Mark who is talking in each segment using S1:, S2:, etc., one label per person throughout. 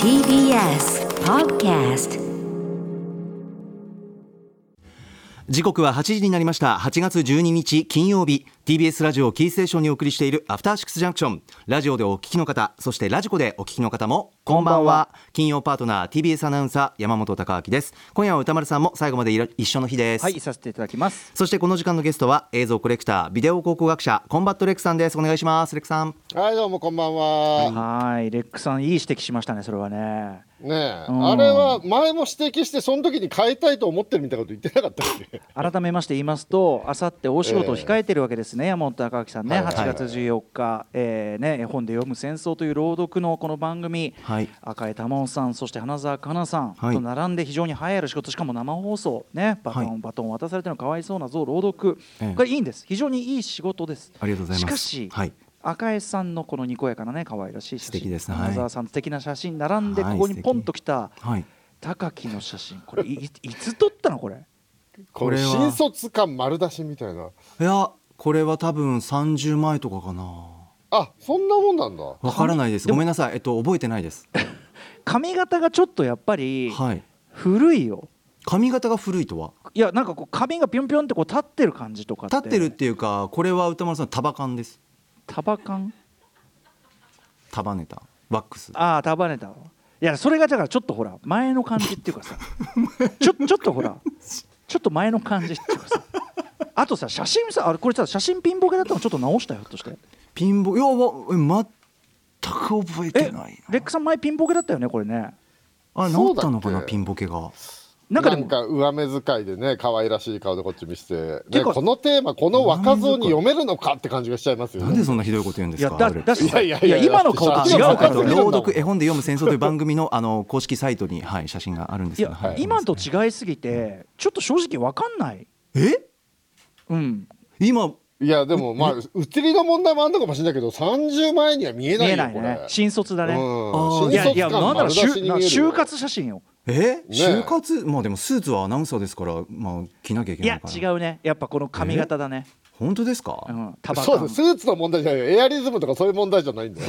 S1: TBS Podcast
S2: 時刻は8時になりました8月12日金曜日 TBS ラジオをキーステーションにお送りしているアフターシックスジャンクションラジオでお聞きの方そしてラジコでお聞きの方もこんばんは金曜パートナー TBS アナウンサー山本貴明です今夜は歌丸さんも最後までいら一緒の日です、
S3: はい、させていただきます。
S2: そしてこの時間のゲストは映像コレクタービデオ考古学者コンバットレックさんですお願いしますレックさん
S4: はいどうもこんばんは。
S3: はい、レックさんいい指摘しましたね、それはね。
S4: ねえ、
S3: うん
S4: あれは前も指摘してその時に変えたいと思ってるみたいなこと言ってなかったっ け
S3: 改めまして言いますと、あさってお仕事を控えてるわけですね、山本隆明さんね、
S4: はいはい
S3: 8月14日、えーね、絵本で読む戦争という朗読のこの番組、
S2: はい
S3: 赤江珠緒さん、そして花澤香菜さん
S2: はい
S3: と並んで非常に栄えある仕事、しかも生放送、ね、バトン、
S2: はい
S3: バトンを渡されてるのかわいそうな像朗読、
S2: ええ
S3: これいいんです、非常にいい仕事です。
S2: ありがとうございます
S3: しかし、
S2: はい
S3: 赤江さんのこのにこやかなね可愛らしい写真
S2: 素敵ですねはい
S3: 花澤さん素敵な写真並んで
S2: はい
S3: ここにポンと来た
S2: はい
S3: 高木の写真これいいいつ撮ったのこれ
S4: こ
S2: これ
S4: れ
S2: は
S4: 新卒感丸出しみたいな。
S2: いやこれは多分30前とかかな
S4: あそんなもんなんだ。
S2: わからないですごめんなさいえっと覚えてないです
S3: 髪型がちょっとやっぱり
S2: はい
S3: 古いよ
S2: 髪型が古いとはい
S3: やなんかこう髪がピョンピョンってこう立ってる感じとかって
S2: 立ってるっていうかこれは歌丸さん束感です
S3: 束感
S2: 束ねたワックス
S3: ああ束ねたわいやそれがだからちょっとほら前の感じっていうかさちょちょっとほらちょっと前の感じっていうかさあとさ写真さあれこれさ写真ピンボケだったのちょっと直したよひょっとして
S2: ピンボいやわえ全く覚えてない
S3: レックさん前ピンボケだったよねこれね
S2: なあ治
S4: そう
S2: っ
S4: だったけ
S2: のかなピンボケが
S3: な
S4: なんん
S3: か
S4: か
S3: でも
S4: 上目遣いでね可愛らしい顔でこっち見せて
S3: て
S4: ね
S3: か
S4: このテーマこの若造に読めるのかって感じがしちゃいますよ
S2: なんで
S4: ね。
S2: そんなひどいこと言うんで
S3: い
S2: す
S3: や
S2: か
S3: だ
S2: 俺
S3: だしさ
S4: い
S3: い
S4: やいや
S3: や
S4: いや
S3: 今の顔と違
S2: 違
S3: う
S2: う
S4: わ
S2: あ
S3: か
S4: か
S3: と
S2: と
S4: る
S2: 朗読絵本で読む戦争という番組のあの公式サイトにはい写真があるんです
S3: い
S2: けどは
S3: や
S2: い
S3: 今と違いすぎてちょっと正直わかんない
S2: え
S3: うん
S2: 今
S4: いやでもまあ写りの問題もあんのかもしれないけど30前には見え
S3: 見
S4: ない
S3: え
S4: よ
S3: ない
S4: こ
S3: ね
S4: れ。
S3: 新卒だね
S2: あー
S4: うん、
S3: いやい
S4: 新
S3: や
S4: 卒
S3: なん
S4: 感
S3: だろう
S4: 丸出し
S3: 就
S4: に見え
S3: な
S4: るよ
S3: 就活写真よ
S2: え就活まあでもスーツはアナウンサーですからまあ着なきゃいけ
S3: い
S2: ない
S3: や
S2: から
S3: 違うねやっぱこの髪型だね
S2: 本当です
S3: う
S2: か
S3: んタバ
S4: そう
S3: コ
S4: ですスーツの問題じゃないよエアリズムとかそういう問題じゃないんだよ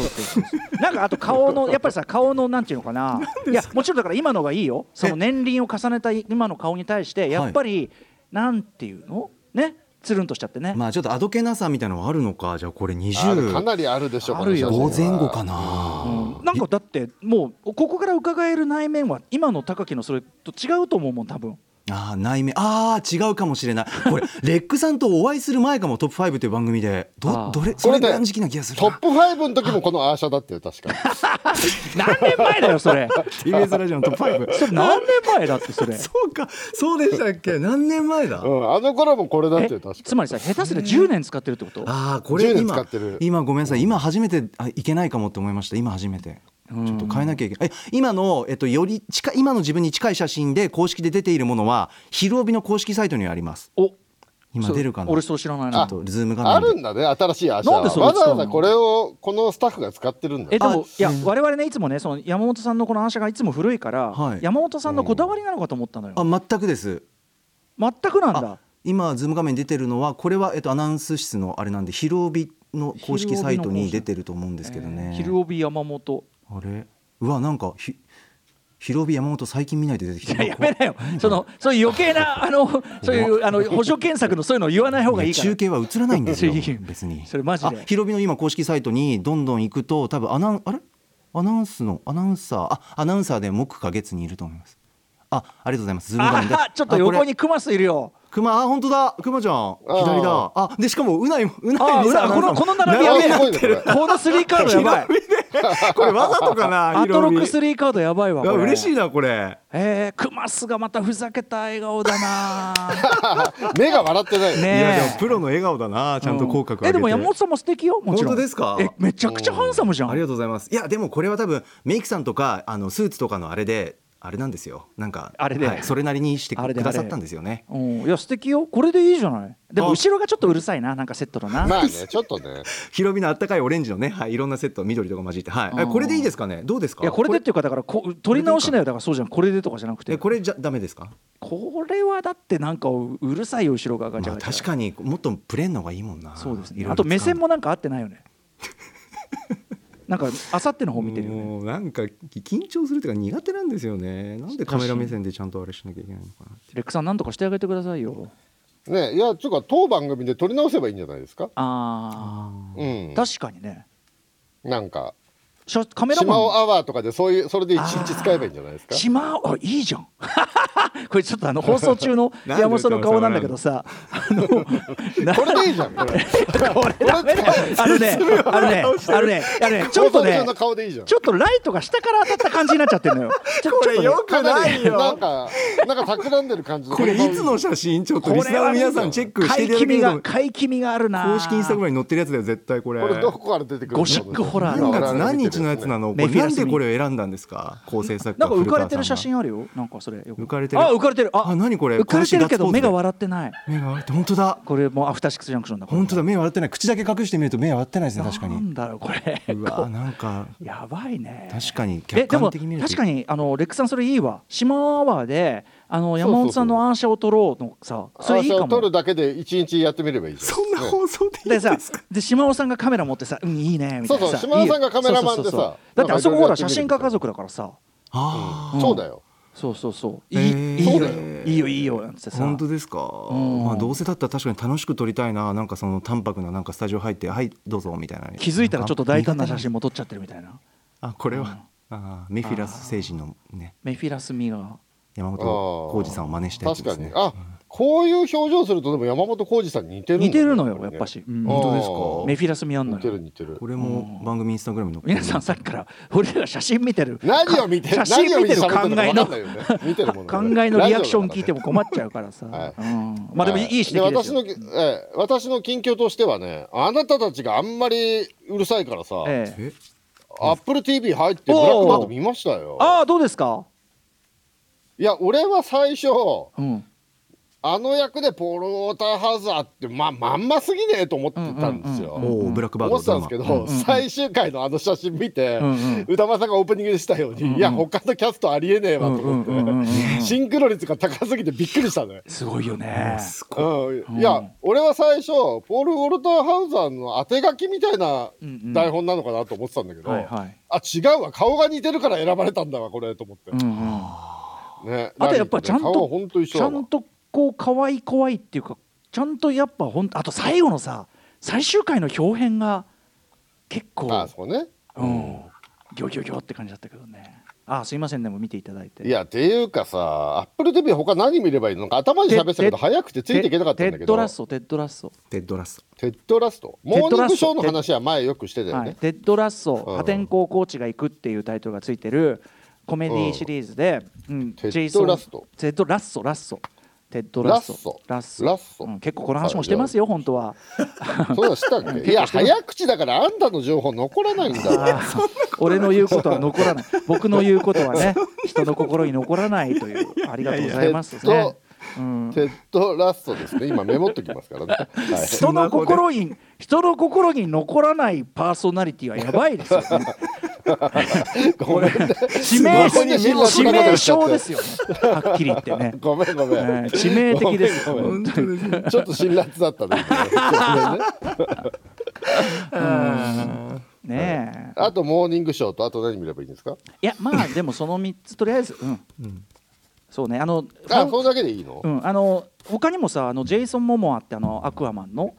S3: なんかあと顔のやっぱりさ顔のなんていうのか ないやもちろんだから今のがいいよその年輪を重ねた今の顔に対してやっぱりなんていうのねつるんとしちゃってね
S2: まあちょっとあどけなさみたいなのはあるのかじゃあこれ
S4: あれか
S2: 20
S4: なりあるでしょ
S3: あるよ
S4: この
S2: 午
S4: 写真
S2: 前
S4: は
S2: 後かな
S3: なんかだってもうここから伺える内面は今の高木のそれと違うと思うもん多分
S2: ああ内面ああ違うかもしれない これレックさんとお会いする前かも「トップ5」という番組で
S3: あ
S2: ど
S3: ー
S2: どれ
S4: こ
S2: それ
S4: れ
S2: ぐ
S4: で
S2: らいの時期な気がする
S4: トッ
S2: な
S4: プ5の時もこのアーシャだったよ確か
S3: 何年前だよそれ
S2: TBS ラジオのトップ5
S3: 何年前だってそれ
S2: そうかそうでしたっけ何年前だ
S4: うんあの頃もこれだったよ確
S3: つ
S4: か
S3: まりさ下手すりゃ10年使ってるってこと
S2: ああこれ
S4: 10年使
S2: 今
S4: ってる
S2: 今ごめんなさい今初めてあいけないかもって思いました今初めて
S3: うん
S2: ちょっと変えなきゃいけないえ今の、えっと、より近い今の自分に近い写真で公式で出ているものは「ひるおび」の公式サイトにあります
S3: お
S2: 今
S3: そう
S2: 出るかな
S3: 俺それ知らない
S2: ちょ
S3: な
S2: っとズーム画
S4: あ
S2: 面で
S4: るんだね新しいアーシャ
S3: なんでそれ
S4: わざ
S3: 使う
S4: わ
S3: の
S4: ざこれをこのスタッフが使ってるんだ
S3: え
S4: よ
S3: でも
S2: あ
S3: いや我々ねいつもねその山本さんのこの話がいつも古いから、
S2: はい
S3: 山本さんのこだわりなのかと思ったのよ、
S2: あ全くです
S3: 全くなんだ
S2: あ今ズーム画面に出てるのはこれは、えっと、アナウンス室のあれなんで「ひるおび」の公式サイトに出てると思うんですけどね、
S3: えー昼帯山本
S2: あれうわなんかひ「ひるおび山本最近見ないで出てきた
S3: いや やめなよそのそういう余計なあのそういうあの補助検索のそういうの言わない方がいいから
S2: 中継は映らないんですよ
S3: いやいや
S2: 別に
S3: それマジで
S2: あひろびの今公式サイトにどんどん行くと多分アナウンあれアナウンスのアナウンサーあアナウンサーで木か月にいると思いますあありがとうございますズーム画面で
S3: あちょっと
S2: あこれ
S3: 横にクマスいるよ
S2: 熊あ本当だ熊ちゃん左だあでしかもうないうな
S3: あ
S2: い にさ
S3: この
S2: アナウンサー
S3: この
S2: も
S3: 並び
S4: や
S3: やべえな
S4: べえすごいねこれ
S3: このスリーカード やばい
S2: これわざとかな
S3: ア
S2: ひ
S3: ト
S2: ろ
S3: ロッ
S2: び
S3: クスリーカードやばいわ
S2: あ
S3: これ
S2: 嬉しいなこれ
S3: えー、クマスがまたふざけた笑顔だな
S4: 目が笑ってないよ
S3: ねえ
S2: いやでもプロの笑顔だな ちゃんと口角上げて
S3: えでも山本さんも素敵よもちろ
S2: 本
S3: ん
S2: 当ですか
S3: えめちゃくちゃハンサムじゃん
S2: ありがとうございます。いやでもこれは多分メイクさんとかあのスーツとかのあれであれなんですよ。なんか
S3: あれで
S2: はいそれなりにして
S3: あれ
S2: く
S3: で
S2: ださったんですよね。
S3: うん、いや素敵よこれでいいじゃないでも
S2: あ
S3: 後ろがちょっとうるさいななんかセットだな、
S4: まあねちょっとね
S2: ひろみのあったかいオレンジのね、はい、いろんなセット緑とか混じって、はい、
S3: うん
S2: えこれでいいですかね。どうですか。
S3: いやこれでっていうかだからこ取り直しなよだからそうじゃんこれでとかじゃなく
S2: え
S3: て
S2: これじゃダメですか。
S3: これはだってなんかううるさいよ後ろ側がじ
S2: ま
S3: ゃ
S2: あ確かにもっとプレーンの方がいいもんな。
S3: そうです
S2: い
S3: ね
S2: ろい ろ
S3: あと目線
S2: 使う
S3: もなんか合ってないよねなんかあさっての方見てるよね
S2: もうなんか緊張するというか苦手なんですよねなんでカメラ目線でちゃんとあれしなきゃいけないのかなって
S3: レックさんなんとかしてあげてくださいよ
S4: ねいやつうか当番組で撮り直せばいいんじゃないですか
S3: あ
S4: うん
S3: ー確かにね
S4: なんか
S3: しゃカメラ
S4: 島尾
S3: マン
S4: アワーとかでそういうそれで一日使えばいいんじゃな いですか
S3: 島尾あいいじゃん これちょっとあの放送中の
S2: なんで
S3: 山本さんの顔なんだけどさあのな
S4: これでいいじゃんこれ
S3: これダ メだよあのねあのねあのねあのねちょっと
S4: 放送
S3: ね
S4: 中の顔でいいじゃん
S3: ちょっとライトが下から当たった感じになっちゃっ てるのよちょ
S2: これ
S3: ちょっとね
S2: よくない
S4: なん
S2: よ
S4: かなんか企んでる感じの
S2: これいつの写真ちょっとリスナーの皆さんチェックしていただけ
S3: 買い気味
S2: ると思
S3: が
S2: う
S3: 買い気味があるな
S2: 公式インスタグラムに載ってるやつだよ絶対これ
S4: これどこから出てくるの
S3: ゴシックホラーの
S2: 何月何日のやつなのこ
S3: メ
S2: れ
S3: フィ
S2: な
S3: ラ
S2: ん
S3: スミ
S2: でこれを選んだんですか構成作
S3: な
S2: 家
S3: んか浮かれ
S2: 古川
S3: て
S2: さん
S3: る
S2: が
S3: 写真あるよなんかそれよく
S2: 浮かれてる
S3: あ浮かれてるあ
S2: あ何これ
S3: 浮かれてるけ
S2: これしガッツポ
S3: ど目
S2: ーズで
S3: が笑ってない
S2: 目が笑って本当だ
S3: これもうアフターシックスジャンクションだこれ
S2: 本当だ目笑ってない口だけ隠してみると目笑ってないですね確か
S3: な
S2: に
S3: んだろうこれ
S2: うわなんか
S3: やばいね
S2: 確かに
S3: え
S2: 客
S3: でも
S2: 観的に見ると
S3: 確かにあのレックさんそれいいわ島アワーであの山本さんのアーシャを撮ろうのさそ
S4: そ
S3: れ
S4: れ
S3: いいか
S4: を撮る
S3: も
S4: だけで一日やってみればいいじゃん
S2: そんな
S4: ね
S2: 放送でいい
S3: で
S2: ん
S3: さ
S2: ですか
S3: で島尾さんがカメラ持ってさ「うんいいね」みたいな
S4: そうそう島尾さ
S3: い
S4: んが
S3: いよ
S4: カメラマンで
S3: そうそ
S4: さ
S3: うそうだ
S4: な
S3: っ
S4: ん
S3: て
S4: か
S3: あそこ
S4: い
S3: ほ
S4: ろいろや
S3: ら
S4: っ
S3: 写
S4: てみる
S3: 真家家族だからさ
S2: あ
S3: うん
S4: そうだよ
S3: そうそうそうい
S2: へー
S3: いいいよ
S2: へー
S3: いいよいいよなんつって
S2: あ
S3: さ
S2: 本当ですか、
S3: ん
S2: まあ、どうせだったら確かに楽しく撮りたいななんかその淡白ななんかスタジオ入ってはいどうぞみたいな
S3: 気づいたらちょっと大胆な写
S2: 苦
S3: 真も撮っちゃってるみたいな
S2: 手なあこれは、あーメフィラス星人のね
S3: メフィラスミが
S2: 山本浩二さんを真似したやつ
S4: 確
S2: です
S4: か
S2: ね
S4: にあこういう表情するとでも山本浩二さんに似てるんだ
S3: 似てるのよ
S4: これ
S3: やっ
S4: ね
S3: ぱし、う
S4: あ
S3: ん
S4: ー
S2: 本当です
S3: メフィラスミあんの
S4: 似てる
S3: よ
S4: 似てる
S2: これも番組インスタグラムに載ってる
S3: 皆さんさっきから俺らが写真見てる
S4: 何を見て
S3: 写真見てる考
S4: 何を見
S3: え
S4: て喋
S3: の
S4: ってるのか分かんないよね見てるも
S3: 考
S4: のがね
S3: えのリアクション聞いても困っちゃうからさ、
S4: はい
S3: うん、まあでもいい指摘ですよ、
S4: はい私の、ええ私の近況としてはねあなたたちがあんまりうるさいからさ、
S3: え え
S2: え
S4: アップル TV 入ってブラ
S3: おー
S4: ックバード見ましたよ
S3: ああどうですか、
S4: いや俺は最初
S3: うん、
S4: あの役でポール・ウォーターハウザーってまあまんますぎねえと思ってたんですよ、
S2: おおブラックバー
S4: 思
S2: ド
S4: ってたんですけど、最終回のあの写真見て
S3: うんうん
S4: 歌丸さんがオープニングでしたように、いや他のキャストありえねえわと思って、
S3: うんうんうん うんうん
S4: シンクロ率が高すぎてびっくりしたね。
S3: すごいよね
S4: うん、いや、俺は最初ポール・ウォルターハウザーの当て書きみたいな
S3: うんうん
S4: 台本なのかなと思ってたんだけど、
S3: はいはい、
S4: あ違うわ顔が似てるから選ばれたんだわこれと思って、
S3: うんうん、
S4: ね、
S3: あとやっぱちゃん
S4: 顔は
S3: と
S4: 本当一緒
S3: ち
S4: だ
S3: ゃ
S4: わ
S3: んとこう可愛い怖いっていうかちゃんとやっぱほんあと最後のさ最終回の表編が結構
S4: あそうね
S3: うんギョギョギョって感じだったけどねあすいませんでも見ていただいて
S4: いやっていうかさアップル TV 他何見ればいいのなんか頭に喋ってたけど
S3: て
S4: 早くてついていけなかったんだ
S3: テ
S4: けど
S3: ッドラッソテッドラッソ、
S2: テッドラス
S4: テッドラスト
S3: ッド
S4: モーニン
S3: ラ
S4: グ
S3: ス
S4: ショ
S3: ト
S4: ーの話は前よくしてたよ
S3: は
S4: ね、
S3: い、テッドラッソ
S4: うん
S3: 破天荒コーチが行くっていうタイトルがついてるコメディシリーズで、うん、
S4: テッド
S3: ジェイソン
S4: ラスト
S3: テッドラッソラッソテッドラッソ
S4: ラッソ
S3: ソ
S4: ラッソ
S3: うん、結構この話もしてますよ本当は
S4: そうだした っけいや早口だからあんたの情報残らないんだわ
S3: あー俺の言うことは残らない僕の言うことはね 人の心に残らないというありがとうございます
S4: いやいや
S3: ねうん
S4: テッドラストですね今メモっときま すからね、はい
S3: 人の心に人の心に残らないパーソナリティはやばいですよね
S4: ごめんね
S3: 指名
S4: スマホにメモし
S3: 指
S4: ながら
S3: 名
S4: しちゃっ
S3: 症
S4: て
S3: ですよねはっきり言ってね
S4: ごめんごめん、
S3: えー致命的です
S4: ごめんごめん
S3: 本
S4: ちょっと辛辣だったね今ねごめんね
S3: ねえ
S4: あとモーニングショーとあと何見ればいいんですか
S3: いやまあでもその3つとりあえずうん、そうねあの
S4: あそれだけでいいの、
S3: うん、あの他にもさあのジェイソン・モモアってあのアクアマンの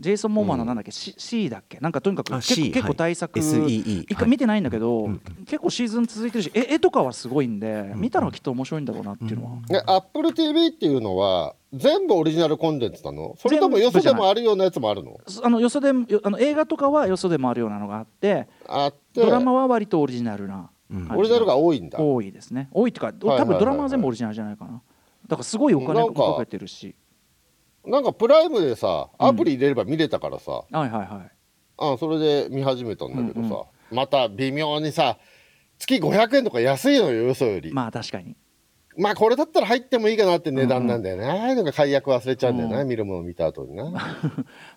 S3: ジェイソン・モモアのなんだっけ、シ C だっけなんかとにかく
S2: あ
S3: 結
S2: C
S3: 構結
S2: は
S3: 構
S2: い
S3: 大作、
S2: SEE
S3: 一回見てないんだけど、結構シーズン続いてるし絵絵とかはすごいんで見たらきっと面白いんだろうなっていうのは、
S4: ね、Apple TV っていうのは全部オリジナルコンテンツなのそれともよそでもあるようなやつもあるの
S3: あのよそでよあの映画とかはよそでもあるようなのがあって
S4: あって
S3: ドラマは割とオリジナルな感じが
S4: オリジナルが多いんだ
S3: 多いですね多いっていうか
S4: はいはい
S3: 多分ドラマは全部オリジナルじゃないかなだからすごいお金
S4: なんか
S3: かけてるし
S4: なんかプライムでさアプリ入れれば見れたからさ、
S3: はいはいはい
S4: あそれで見始めたんだけどさ、
S3: うんう
S4: また微妙にさ月500円とか安いのよよそよりま
S3: まあ確かに
S4: あこれだったら入ってもいいかなって値段なんだよね、ああいうのが解約忘れちゃうんだよね、見るもの見た後にな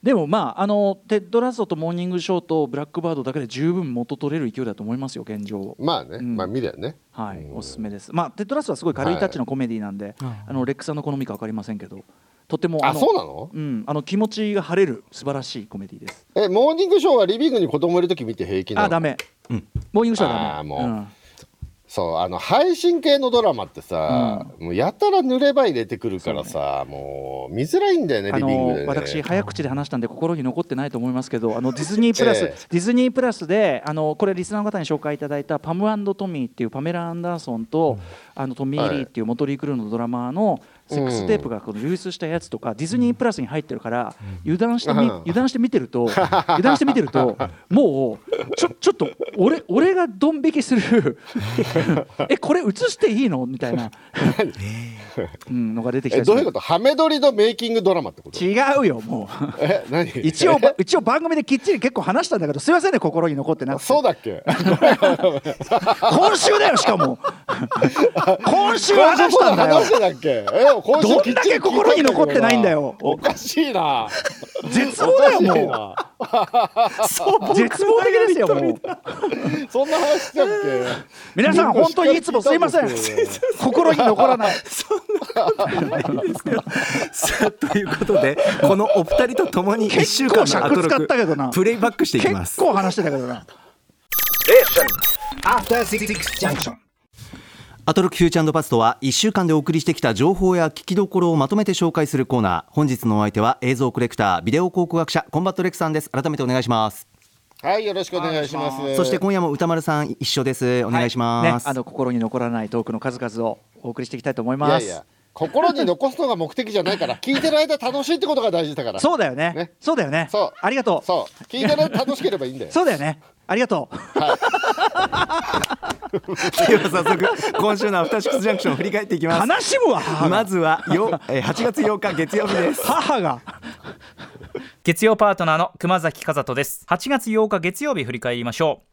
S3: でもまああのテッドラストとモーニングショーとブラックバードだけで十分元取れる勢いだと思いますよ現状
S4: まあね、
S3: うん
S4: まあ見るよね
S3: はい、
S4: うん
S3: おすすめですまあテッドラストはすごい軽いタッチのコメディなんで、あのレックさんの好みか分かりませんけどとても
S4: あ
S3: の
S4: そうなの
S3: うん、あの気持ちが晴れる素晴らしいコメディです
S4: えモーニングショーはリビングに子供いる時見て平気なの
S3: あダメ
S2: うん
S3: ボーイングしたらダメ
S4: あーもうそうあの配信系のドラマってさ、もうやたら濡れ場入れてくるからさもう見づらいんだよね
S3: あ
S4: リビングで、
S3: の
S4: ね、
S3: 私早口で話したんで心に残ってないと思いますけどあ のディズニープラス、
S4: ええ
S3: ディズニープラスであのこれリスナーの方に紹介いただいたパムトミーっていうパメラ・アンダーソンと、あのトミー・リーっていうモトリー・クルーのドラマーのセックステープがこの流出したやつとか、ディズニープラスに入ってるから油断してみ、
S4: うん
S3: 油断して見てる と油断して見てるともうちょちょっと俺俺がドン引きす るえこれ映していいのみたいな、 うん、のが出てきた
S4: え
S3: りす
S4: どう
S3: る
S4: いうことハメ撮りのメイキングドラマってこと
S3: 違うよもう。
S4: え何
S3: 一応ば一応番組できっちり結構話したんだけどすいませんね心に残ってなくて
S4: そうだっけ
S3: 今週だよしか も今週話したんだよ
S4: 話してたっけえ今週
S3: ど
S4: き
S3: ん
S4: っ
S3: だ
S4: ち
S3: け
S4: り聞いた
S3: 心に残ってないんだよ
S4: おかしいな
S3: 絶望だよ
S4: おかしい
S3: も
S4: な
S3: う絶望的ですよもう
S4: そんな話してたっ
S3: 皆さん本当にいつもすいません
S4: 結構しっかり聞いたんです
S3: 心に残らない
S2: さあということでこのお二人とともに1週間のアト
S3: 結構尺使ったけ
S2: ロ
S3: どな
S2: クプレイバックしていきま
S3: 結
S2: す
S3: 構話してたけどな
S2: アトロックフューチャーパストは1週間でお送りしてきた情報や聞きどころをまとめて紹介するコーナー本日のお相手は映像コレクタービデオ考古学者コンバットレクさんです改めてお願いします
S4: けはいよろしくお願いします
S2: そして今夜も歌丸さん一緒ですお願いし
S3: ね
S2: ます、
S3: あの心に残らないトークの数々をお送りしていきたいと思い
S4: い
S3: ま
S4: や
S3: す
S4: いや心に残すのが目的じゃないから聞いてる間楽しいってことが大事だから
S3: そうだよね
S4: ね
S3: そうだよね
S4: そう
S3: ありがとう
S4: そう聞いてる間楽しければいいんだよ
S3: そうだよねありがとう
S2: では早速今週のアフターシックスジャンクションを振り返っていきます
S3: 悲しむわ母が
S2: まずはよ、えー8月8日月曜日です
S3: 母が
S5: 月曜パートナーの熊崎和人です8月8日月曜日振り返りましょう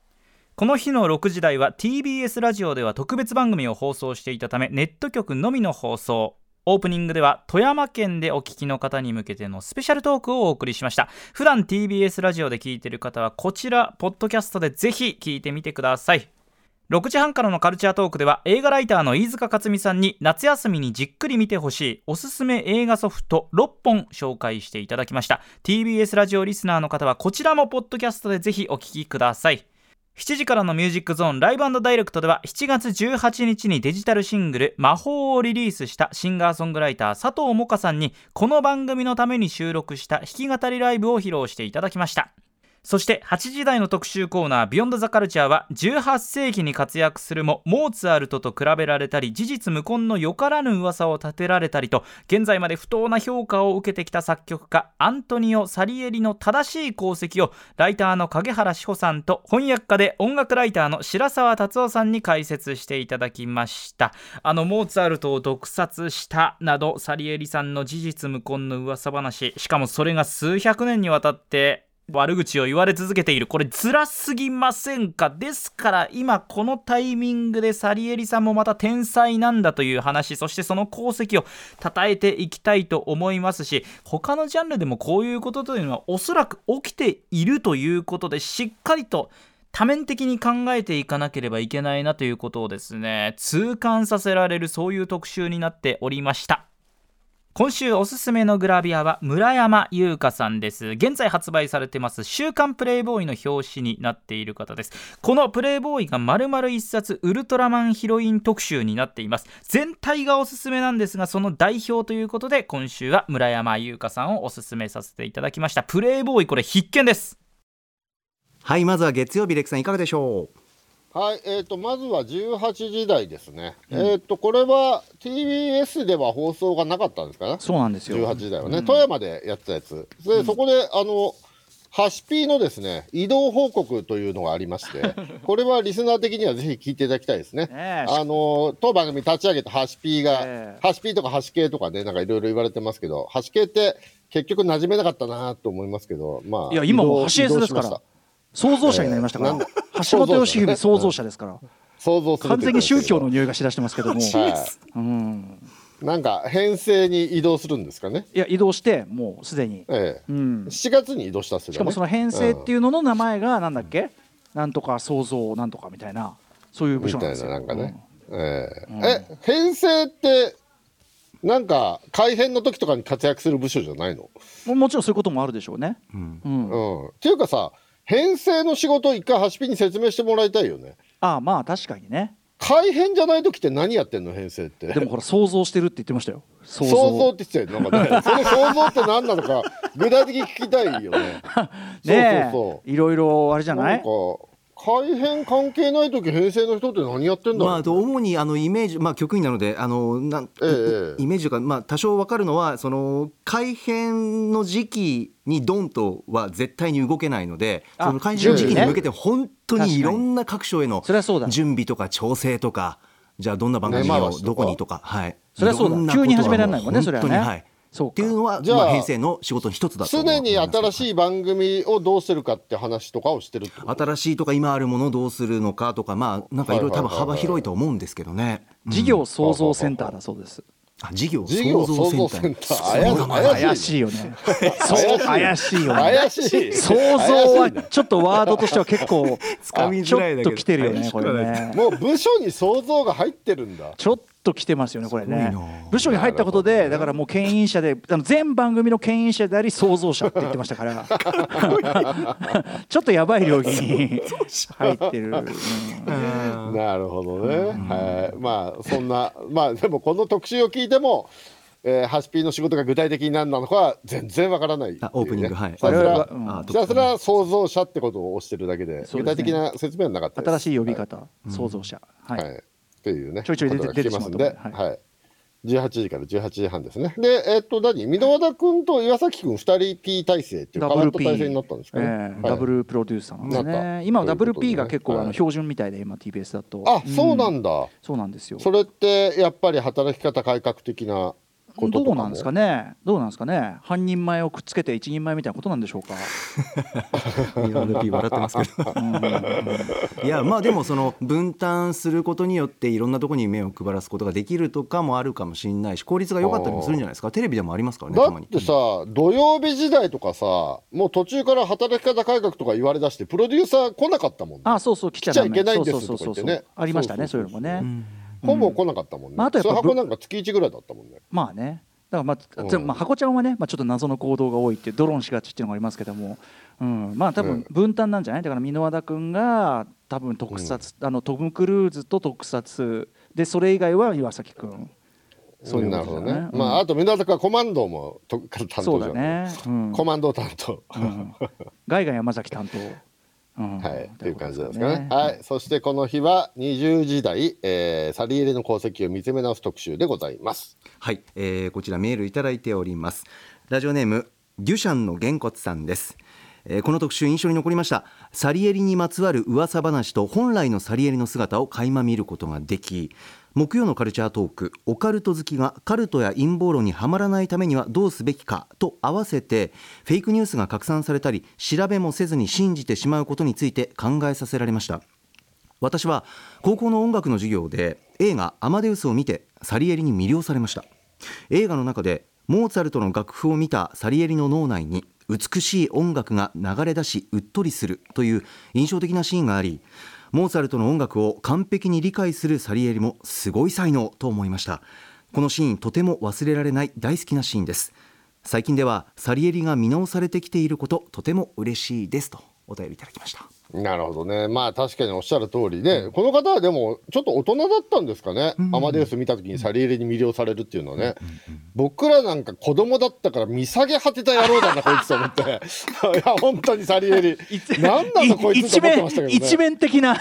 S5: この日の6時台は TBS ラジオでは特別番組を放送していたためネット局のみの放送オープニングでは富山県でお聞きの方に向けてのスペシャルトークをお送りしました普段 TBS ラジオで聞いている方はこちらポッドキャストでぜひ聞いてみてください6時半からのカルチャートークでは映画ライターの飯塚克美さんに夏休みにじっくり見てほしいおすすめ映画ソフト6本紹介していただきました TBS ラジオリスナーの方はこちらもポッドキャストでぜひお聞きください7時からのミュージックゾーンライブダイレクトでは7月18日にデジタルシングル「魔法」をリリースしたシンガーソングライター佐藤萌歌さんにこの番組のために収録した弾き語りライブを披露していただきましたそして8時台の特集コーナー「ビヨンド・ザ・カルチャー」は18世紀に活躍するもモーツァルトと比べられたり事実無根のよからぬ噂を立てられたりと現在まで不当な評価を受けてきた作曲家アントニオ・サリエリの正しい功績をライターの影原志保さんと翻訳家で音楽ライターの白澤達夫さんに解説していただきましたあのモーツァルトを毒殺したなどサリエリさんの事実無根の噂話しかもそれが数百年にわたって悪口を言われ続けているこれ辛すぎませんかですから今このタイミングでサリエリさんもまた天才なんだという話そしてその功績を称えていきたいと思いますし他のジャンルでもこういうことというのはおそらく起きているということでしっかりと多面的に考えていかなければいけないなということをですね痛感させられるそういう特集になっておりました。今週おすすめのグラビアは村山優香さんです現在発売されてます「週刊プレイボーイ」の表紙になっている方ですこのプレイボーイが丸々一冊ウルトラマンヒロイン特集になっています全体がおすすめなんですがその代表ということで今週は村山優香さんをおすすめさせていただきましたプレイボーイこれ必見です
S2: はいまずは月曜日レクさんいかがでしょう
S4: はい、えー、とまずは18時台ですね、えー、とこれは TBS では放送がなかったんですかね、
S3: そうなんですよ
S4: 18時台はね、富山でやってたやつ、でそこであの、ハシピーのですね移動報告というのがありま して、これはリスナー的にはぜひ聞いていただきたいですね。
S3: ねえ
S4: あの当番組立ち上げたハシピー
S3: え
S4: が
S3: え、
S4: ハシピーとかハシ系とかね、なんかいろいろ言われてますけど、ハシ系って結局馴染めなかったなと思いますけど、まあ、
S3: いや今もう
S4: 移動
S3: 橋 S ですか
S4: 移動しました
S3: ら創造者になりましたから、
S4: えーなん
S3: 橋本良
S4: そうそうそう
S3: 文創造者ですから、
S4: 想像するという
S3: 完全に宗教の
S4: こ
S3: 匂いがしだしてますけども、
S4: とですけど。はい
S3: うん、
S4: なんか編成に移動するんですかね。
S3: いや移動してもうすでに、
S4: ええ
S3: うん、し
S4: 7月に移動したっすよね。
S3: かもその編成って
S4: い
S3: いうのの名前がなんだっけ、なんとか創造なんとかみたいなそういう部
S4: み
S3: 署なんで
S4: たい
S3: す
S4: な
S3: よ
S4: なんかね。えええ編成ってなんか改編の時とかに活躍する部署じゃないの？
S3: うんももちろんそういうこともあるでしょうね、うん
S4: うん。っていうかさ。編成の仕事を一回ハシピに説明してもらいたいよね
S3: ああまあ確かにね
S4: 改編じゃない時って何やってんの編成って
S3: でもほら想像してるって言ってましたよ想
S4: 想
S3: 像
S4: 像って言ってたよなんかねその想像って何なのか具体的に聞きたいよね
S3: ねえ
S4: そうそうそう
S3: いろいろあれじゃな
S4: なん
S3: い
S4: か改編関係ない時編成の人って何やってんだろう、
S2: まあ、主にあのイメージ、まあ、局員なのであのなん、
S4: ええ
S2: イメージというか、まあ、多少分かるのはその改編の時期にドンとは絶対に動けないので
S3: あ
S2: その改編の時期
S4: 準備
S2: に
S4: ね
S2: 向けて本当にいろんな各所への
S3: そりゃそうだ
S2: 準備とか調整とかじゃあどんな番組
S4: 根
S2: を
S4: 回しとか
S2: どこにとか、はい、
S3: そりゃそうだ
S2: いろんなこと
S3: 急に始められないもんね
S2: う本当に
S3: それはね
S2: はい
S3: そうか
S2: っていうのは、
S4: じゃあ
S2: まあ、編成の仕事の一つだと思う
S4: 常に新
S2: い
S4: しい番組をどうするかって話とかをしてるってこと
S2: 新しいとか今あるものをどうするのかとかまあなんかいろいろ多分幅広いと思うんですけどね。
S3: 事業創造センターだそうです
S2: あ事業
S4: 事業
S2: 創造
S4: 創
S2: セン
S4: 造
S2: タ
S4: セン
S2: ー
S4: ター
S3: 怪
S4: 怪
S3: し
S4: し
S3: い
S4: い
S3: よねそう怪しいよね
S4: 怪しい
S3: 想像はちょっとワードとしては結構
S2: 掴みづらいだけど
S3: ちょっと来てるよねこれね
S4: もう部署に想像が入ってるんだ
S3: ちょっと来てますよねこれね
S2: すごいな
S3: 部署に入ったことでだからもう牽引者であの全番組の牽引者であり創造者って言ってましたからちょっとやばい領域に入ってる、うん
S4: なるほどね、はいまあそんなまあでもこの特集を聞いてもえー、ハシピーの仕事が具体的に何なのかは全然わからないっていうね、
S2: あオープニングはい
S4: ひたす
S3: 我
S4: ら
S3: 々はうん
S4: ひたすら想像者ってことを押してるだけで
S3: そう
S4: 具
S3: ですね
S4: 体的な説明はなかったです
S3: 新しい呼び方、創造者は、
S4: はいい、っていうね
S3: ちょいちょい出て
S4: ことが聞けますん
S3: 出
S4: で
S3: てしまうと
S4: はい、18時から18時半ですねでえっと何箕輪田君と岩崎君2人 P 体制っていう
S3: ダ
S4: 変わ
S3: ブ
S4: っ
S3: ル
S4: た
S3: P、
S4: 体制になったんですかね、
S3: ええ
S4: はい
S3: ダブルプロデューサーなんです
S4: な
S3: ね
S4: んか
S3: 今はダブル
S4: そうい
S3: P
S4: うこと
S3: が
S4: ね
S3: 結構あ
S4: は
S3: の
S4: い
S3: 標準みたいで今 TBS だと
S4: あ、そうな
S3: だ
S4: んだ
S3: そうなんですよ
S4: それってやっぱり働き方改革的なこととかも
S3: どうなんですかねどうなんですかね半人前をくっつけて一人前みたいなことなんでしょうか、
S2: WP 笑ってますけど いやまあでもその分担することによっていろんなところに目を配らすことができるとかもあるかもしれないし効率が良かったりもするんじゃないですかテレビでもありますからね
S4: だ
S2: たま
S4: っ
S2: に
S4: てさ、土曜日時代とかさもう途中から働き方改革とか言われだしてプロデューサー来なかったもんね
S3: あそうそう来ちゃ
S4: 来ちゃ
S3: ダ
S4: い
S3: メ
S4: けないんで
S3: そう
S4: す
S3: そうそ
S4: とか
S3: うそ
S4: 言
S3: う
S4: ってね
S3: ありましたねそ
S4: そうう
S3: い
S4: そうう
S3: の
S4: そ
S3: も
S4: う
S3: ね、
S2: うん
S4: ほぼ来なかったもんね、
S3: まああとやっ
S4: そ
S3: ぱ
S4: れ箱なんか月1ぐらいだったもんね
S3: まあねだからまあ
S4: うん
S3: でもまあ箱ちゃんはね、まあ、ちょっと謎の行動が多いっていうドローンしがちっていうのがありますけども、うん、まあ多
S4: う
S3: 分
S4: ん
S3: 分担なんじゃないだから箕輪田君が多分特撮、あのトム・クルーズと特撮でそれ以外は岩崎君そういう
S4: な
S3: こ
S4: るほ
S3: と
S4: ど
S3: だね
S4: ね、まああと皆さんコマンドもと担当じゃ
S3: そ
S4: ん
S3: うだね、うん
S4: コマンド担当、
S3: うん、ガイガン山崎担当、うん
S4: はい、っていう感じなんです
S3: と
S4: か
S3: い
S4: ね
S3: うこ。と
S4: はい、そしてこの日は20時台、えー、サリエレの功績を見つめ直す特集でございます。
S2: はい、えーこちらメールいただいておりますラジオネームデュシャンのげんこつさんですえーこの特集印象に残りましたサリエリにまつわる噂話と本来のサリエリの姿を垣間見ることができ木曜のカルチャートークオカルト好きがカルトや陰謀論にはまらないためにはどうすべきかと合わせてフェイクニュースが拡散されたり調べもせずに信じてしまうことについて考えさせられました私は高校の音楽の授業で映画「アマデウス」を見てサリエリに魅了されました映画の中でモーツァルトの楽譜を見たサリエリの脳内に美しい音楽が流れ出しうっとりするという印象的なシーンがありモーツァルトの音楽を完璧に理解するサリエリもすごい才能と思いましたこのシーンとても忘れられない大好きなシーンです最近ではサリエリが見直されてきていることとても嬉しいですとお便りいただきました
S4: なるほどね。まあ確かにおっしゃる通りで、この方はでもちょっと大人だったんですかね。アマデウス見た時にサリエレに魅了されるっていうのはね。僕らなんか子供だったから見下げ果てた野郎だな、こいつと 思って。いや、本当にサリエリ。何なのこいつと思ってましたけどね。
S3: 一面一面的 な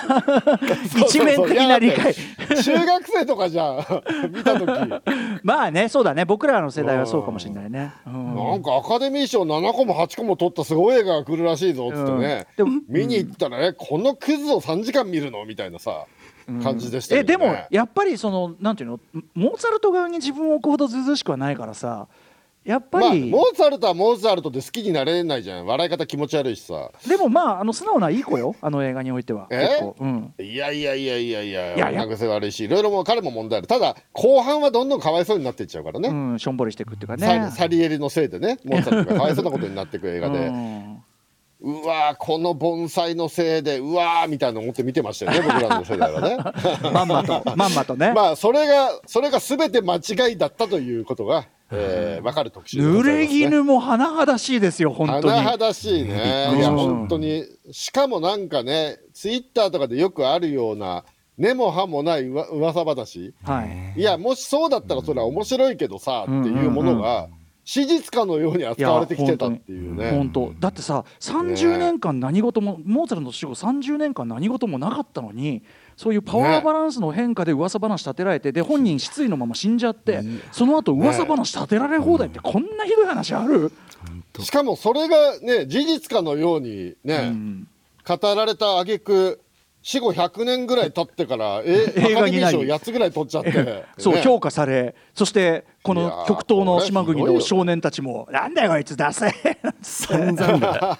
S3: 一面的な理解
S4: 中学生とかじゃん 見た時
S3: まあねそうだね僕らの世代はそうかもしれないね、うん
S4: なんかアカデミー賞7個も8個も取ったすごい映画が来るらしいぞっつってね、
S3: うんでも
S4: 見に行ったらねこのクズを3時間見るのみたいなさ、感じでした
S3: え
S4: け
S3: で
S4: ど、ね、
S3: もやっぱりそのなんていうのモーツァルト側に自分を置くほどずうずうしくはないからさやっ
S4: ま
S3: ぱ
S4: あ、
S3: り、
S4: モーツァルトはモーツァルトで好きになれないじゃん笑い方気持ち悪いしさ
S3: でもまああの素直ないい子よあの映画においては
S4: え
S3: 結構、うん、
S4: いやいやいやいやいや
S3: いやいや
S4: 女癖悪いしいろいろもう彼も問題あるただ後半はどんどんかわいそうになっていっちゃうからね,
S3: うん、しょんぼりしていくっていうか
S4: サリ、
S3: ね
S4: サリエリのせいでねモーツァルトがかわいそうなことになっていく映画で、
S3: うん
S4: うわーこの盆栽のせいでうわーみたいなの思って見てましたよね僕らの世代はね
S3: まんまとまんまとね、
S4: まあそれがそれが全て間違いだったということがえーわかる特集で
S3: 濡
S4: ござい
S3: れ
S4: ますね
S3: 衣も甚だしいですよ本当に
S4: 甚だしいね。
S3: うん
S4: いや、本当に。しかもなんかね、ツイッターとかでよくあるような、根も葉もないうわ噂話。
S3: はい
S4: いや、もしそうだったらそれは面白いけどさ、っていうものが、史実かのように扱われてきてたっていうね。
S3: 本当だってさ30年間何事も、モーツァルトの死後30年間何事もなかったのにそういうパワーバランスの変化で噂話立てられて、で本人失意のまま死んじゃって、その後噂話立てられ放題ってこんなひどい話ある、
S4: しかもそれがね、事実かのようにね、語られた挙句、死後100年ぐらい経っ てから、え、
S3: 映
S4: 映
S3: 画
S4: 画
S3: に
S4: に
S3: なり
S4: 賞8つぐらい取っち ゃって。
S3: そう、
S4: ね
S3: 評価されそしてこ
S4: いや
S3: の
S4: ー
S3: 極東の島国
S4: これはひど
S3: の少
S4: いよ
S3: 年たちも「なんだよこいつ出せ!」
S2: 散々だ。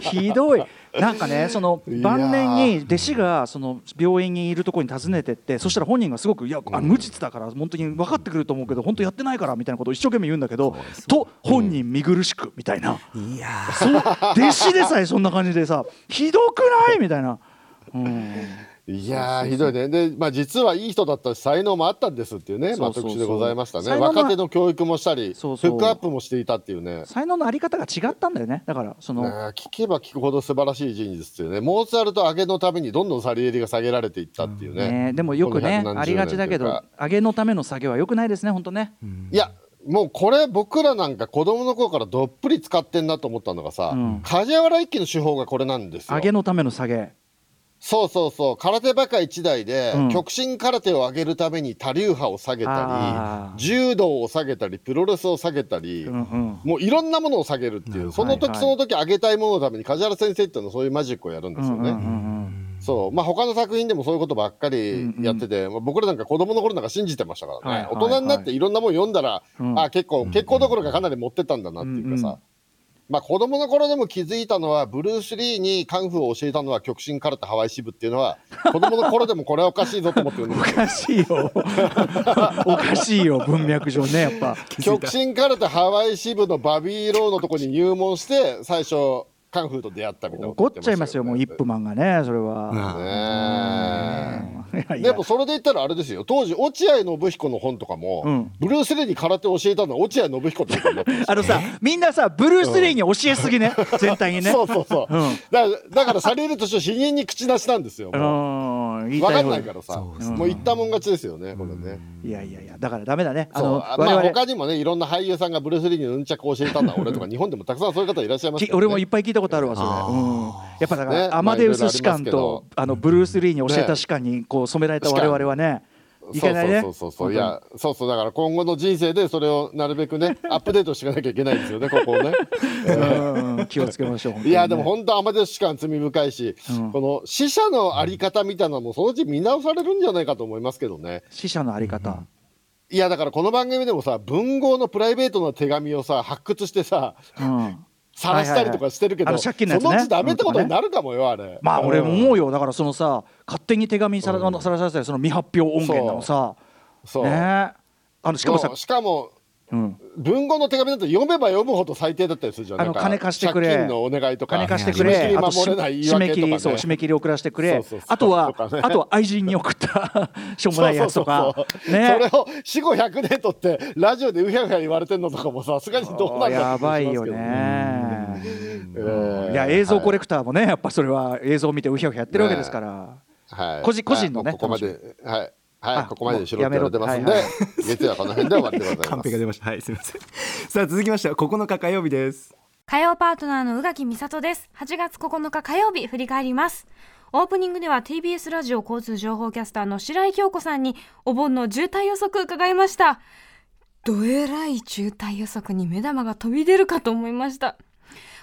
S3: ひどいなんかねその
S4: いやー
S3: 晩年に弟子がその病院にいるところに訪ねてってそしたら本人がすごく「いやあ無実だから本当に分かってくると思うけど本当やってないから」みたいなことを一生懸命言うんだけどと本人見苦しくみたいな、
S2: いやー
S3: そう弟子でさえ そんな感じでさひどくないみたいな。うん
S4: いやーひどいねで、まあ、実はいい人だったし才能もあったんですっていうね
S3: そうそうそう
S4: まあ、特集でございましたね
S3: 才能も
S4: 若手の教育もしたり
S3: そうそう
S4: フックアップもしていたっていうね
S3: 才能のあり方が違ったんだよねだからその、
S4: ねえ聞けば聞くほど素晴らしい人物っていうねモーツァルト上げのためにどんどんサリエリが下げられていったっていうね,、
S3: ね、でもよくね
S4: この170年
S3: ありがちだけ
S4: という
S3: ど
S4: か
S3: 上げのための作業はよくないですね本当ね、
S4: いやもうこれ僕らなんか子供の頃からどっぷり使ってんなと思ったのがさ、
S3: うん
S4: 梶原一騎の手法がこれなんですよ
S3: 上げのための下げ
S4: そうそうそう空手バカ1台で、
S3: うん
S4: 極真空手を上げるために多流派を下げた
S3: あー
S4: り柔道を下げたりプロレスを下げたり、
S3: うんうん
S4: もういろんなものを下げるっていうその
S3: は
S4: 時
S3: いはい
S4: その時上げたいもののために梶原先生っていうのはそういうマジックをやるんですよね。
S3: うんうんうんうん
S4: そうまあ他の作品でもそういうことばっかりやってて、まあ僕らなんか子供の頃なんか信じてましたからね、
S3: はいはいはい
S4: 大人になっていろんなもん読んだら、
S3: うん
S4: あ結構結構どころかかなり持ってったんだなっていうかさ、
S3: うんうん
S4: まあ子供の頃でも気づいたのはブルース・リーにカンフーを教えたのは極真空手ハワイ支部っていう のは子供の頃でもこれはおかしいぞと思って読んで
S3: お
S4: ま した
S3: かしい よおかしいよ文脈上ねやっぱ
S4: 極真空手ハワイ支部のバビーローのとこに入門して最初カンフーと出会ったみたいな
S3: 怒っちゃいますよもう一
S4: 分
S3: プマンがねそれは、
S4: ね
S3: いや
S4: え
S3: い
S4: で
S3: や
S4: もそれで言ったらあれですよ当時落合信彦の本とかも、
S3: うん
S4: ブルース・リーに空手教えたのは落合信彦ってことになってました
S3: あのさみんなさブルース・リーに教えす ぎね全体に ね
S4: そうそうそう、
S3: うん
S4: だからだからサリエルとしては否認に口なしなんですよ
S3: う
S4: も
S3: ん
S4: う
S3: 言い
S4: 分
S3: た
S4: か
S3: い
S4: ん
S3: こ
S4: な
S3: と
S4: いからさ
S2: そう
S3: そう
S4: もう言ったもん勝ちですよね、これね
S3: いやいやいやだからダメだねあ
S4: そう
S3: の
S4: あ
S3: 我
S4: まあ
S3: 々、
S4: 他にもねいろんな俳優さんがブルース・リーにうんちゃく教えたんだ俺とか日本でもたくさんそういう方いらっしゃいます
S3: き
S4: けど、ね、
S3: 俺もいっぱい聞いたことあるわそれ、うん、やっぱだから、
S4: ね
S3: アマデウス
S4: まあ
S3: 士
S4: いろ
S3: 官
S4: いろありますけ
S3: と
S4: ど
S3: あのブルース・リーに教えた士官にこう染められた我々はねいけないね
S4: そうそうそうそういやそうそうだから今後の人生でそれをなるべくねアップデートしていかなきゃいけないんですよねここ をね。
S3: うんうん気をつけましょう本当
S4: い
S3: にね
S4: やでも本当アマデウス士官罪深いし、
S3: うん
S4: この死者のあり方みたいなのもそのうち見直されるんじゃないかと思いますけどね
S3: 死者のあり方、
S4: いやだからこの番組でもさ文豪のプライベートの手紙をさ発掘してさ
S3: うん
S4: 晒したりとかしてるけ
S3: は
S4: ど、
S3: いはいはいあの借金のやつね
S4: そのうちダメってことになるかもよあれ
S3: まあ俺思
S4: う
S3: うよだからそのさ勝手に手紙にさらさらされたりその未発表音源のさ
S4: んそう、
S3: ねえあのしかもさ
S4: もうしかも
S3: うん
S4: 文豪の手紙だと読めば読むほど最低だったりするじゃん
S3: あの
S4: なんか
S3: 金貸してくれ
S4: 借金のお願いとか
S3: 金貸してく
S4: 締め切
S3: れ
S4: り
S3: あと
S4: 守
S3: し
S4: れない言い
S3: 締め
S4: 訳と
S3: 切
S4: か、
S3: り
S4: ね、
S3: そう締め切り送らせてくれ
S4: そうそうそう
S3: あとは
S4: とかね
S3: あとは愛人に送った しょうもないやつとか
S4: そうそうそう
S3: ねえ
S4: それを死後100年とってラジオでうやうや言われてるのとかもさすがにどうなんだって
S3: やばいよ
S4: 気がし
S3: ね
S4: ますけどね
S3: いや映像コレ
S4: ク
S3: クターもねやっぱそれは映像を見てうひゃうひゃやってるわけですから
S4: はい
S3: 個人個人のね
S4: あここまではいは
S3: あ
S4: いここまでにし
S3: も
S4: ろっ
S3: う
S4: て言われてますんで
S3: やめ
S4: 月曜はこの辺で終わってください
S2: カン
S4: ま
S2: ペ
S4: す
S2: が出ました。はい、すみません。さあ、続きましては9日火曜日です。
S6: 火曜パートナーの宇垣美里です8月9日火曜日振り返りますオープニングでは TBS ラジオ交通情報キャスターの白井京子さんにお盆の渋滞予測伺いましたどえらい渋滞予測に目玉が飛び出るかと思いました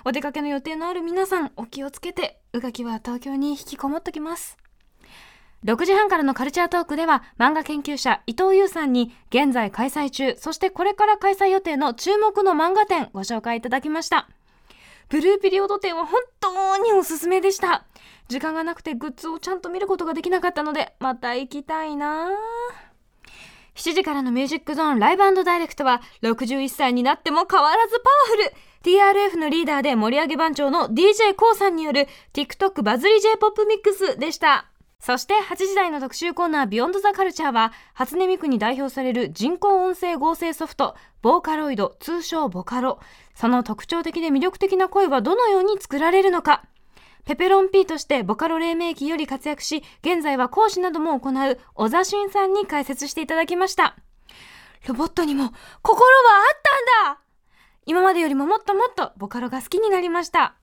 S6: お出かけの予定のある皆さんお気をつけて宇垣は東京に引きこもっときます6時半からのカルチャートークでは漫画研究者伊藤優さんに現在開催中そしてこれから開催予定の注目の漫画展ご紹介いただきましたブルーピリオド展は本当におすすめでした時間がなくてグッズをちゃんと見ることができなかったのでまた行きたいな7時からのミュージックゾーンライブダイレクトは61歳になっても変わらずパワフル TRF のリーダーで盛り上げ番長の d j k o さんによる TikTok バズり J-POP ミックスでしたそして8時台の特集コーナービヨンドザカルチャーは初音ミクに代表される人工音声合成ソフトボーカロイド通称ボカロその特徴的で魅力的な声はどのように作られるのかペペロン P としてボカロ黎明期より活躍し現在は講師なども行う小座俊さんに解説していただきましたロボットにも心はあったんだ今までよりももっともっとボカロが好きになりました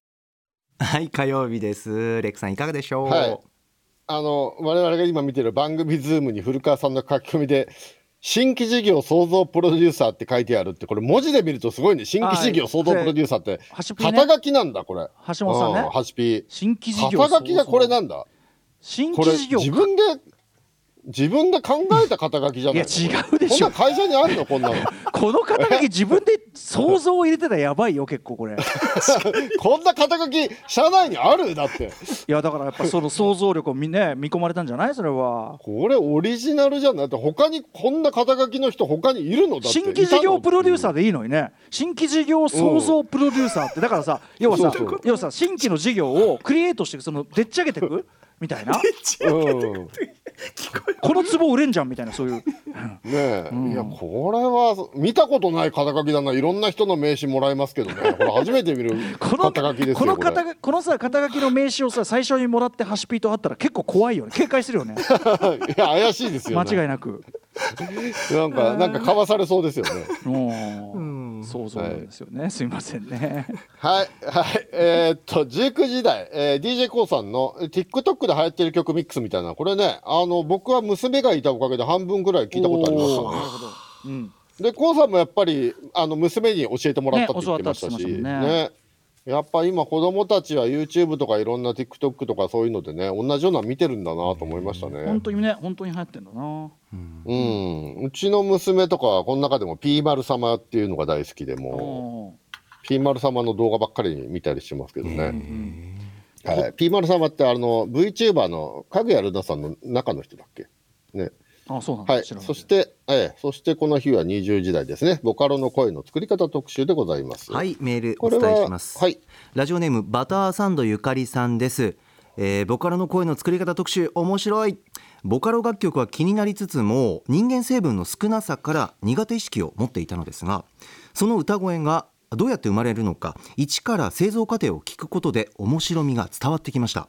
S2: はい火曜日ですレクさんいかがでしょう、
S4: はいあの我々が今見てる番組ズームに古川さんの書き込みで新規事業創造プロデューサーって書いてあるってこれ文字で見るとすごいね新規事業創造プロデューサーって
S3: 橋ピーね
S4: 肩書きなんだこれ
S3: 橋本さんね
S4: うん橋 P
S3: 新規事業
S4: 肩書きがこれなんんだ
S3: 新
S4: これ
S3: 規事業
S4: 自分で自分で考えた肩書きじゃないの
S3: いや違うでしょ
S4: こんな会社にあるの こんなの
S3: この肩書 き自分で想像を入れてたらやばいよ結構これい
S4: こんな肩書き社内にあるだって
S3: やだからやっぱその想像力をみんな見込まれたんじゃないそれは
S4: これオリジナルじゃないだって他にこんな肩書きの人他にいるのだって
S3: 新規事業プロデューサー
S4: ー
S3: でいいのにね新規事業創造プロデューサーってだからさ要はさ
S4: そうそう
S3: 要はさ新規の事業をクリエイトしていくそのでっち上げていくみたいな
S4: うん
S3: この壺売れんじゃんみたいなそういう
S4: ねえ、いやこれは見たことない肩書きだないろんな人の名刺もらえますけどねこれ初めて見る
S3: この
S4: 肩書きですよ
S3: この
S4: これ
S3: 肩がこのさ肩書きの名刺をさ最初にもらってハシピーと会ったら結構怖い よね警戒するよね
S4: いや怪しいですよ
S3: 間
S4: ね
S3: 違いなく
S4: なんかなんかかわされそうですよね
S3: うん想像なんですよね、すいませんね
S4: はいはいえーっと19時台、えー、d j k o さんの TikTok で流行ってる曲ミックスみたいなこれねあの僕は娘がいたおかげで半分ぐらい聞いたことありました
S3: おー
S4: ね
S3: なるほどうん
S4: で、コウさんもやっぱりあの娘に教えてもらったって言ってましたし、
S3: ね教わったって言って
S4: ね
S3: ましたもんね
S4: やっぱ今子供たちは YouTube とかいろんな TikTok とかそういうのでね、同じようなの見てるんだなと思いましたね
S3: 本。当にね本当に流行ってんだな
S4: うん、うちの娘とかはこの中でも P 丸様っていうのが大好きでも
S3: お
S4: う P 丸様の動画ばっかり見たりしてますけどね。はい、P 丸様ってあの VTuber のかぐやるなさんの中の人だっけね。
S3: ーあそうなんだ、
S4: はい、
S3: 知らな
S4: そして、ええ、そしてこの日は20時代ですね、ボカロの声の作り方特集でございます。
S2: はい、メール
S4: こ
S2: お
S4: れ
S2: 伝
S4: は
S2: えします。
S4: はい
S2: ラジオネームバターサンドゆかりさんです。えーボカロの声の作り方特集面白い。ボカロ楽曲は気になりつつも人間成分の少なさから苦手意識を持っていたのですが、その歌声がどうやって生まれるのか一から製造過程を聞くことで面白みが伝わってきました。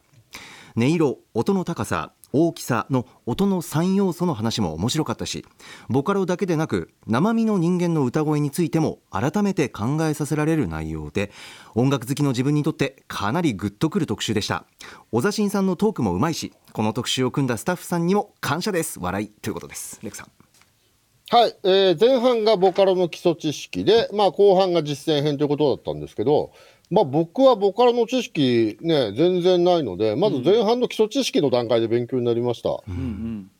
S2: 音色音の高さ大きさの音の3要素の話も面白かったしボカロだけでなく生身の人間の歌声についても改めて考えさせられる内容で音楽好きの自分にとってかなりグッとくる特集でした小座新さんのトークもうまいしこの特集を組んだスタッフさんにも感謝です笑いということですレクさん
S4: はい、えー前半がボカロの基礎知識で、まあ、後半が実践編ということだったんですけど、まあ、僕はボカロの知識、ね、全然ないのでまず前半の基礎知識の段階で勉強になりました、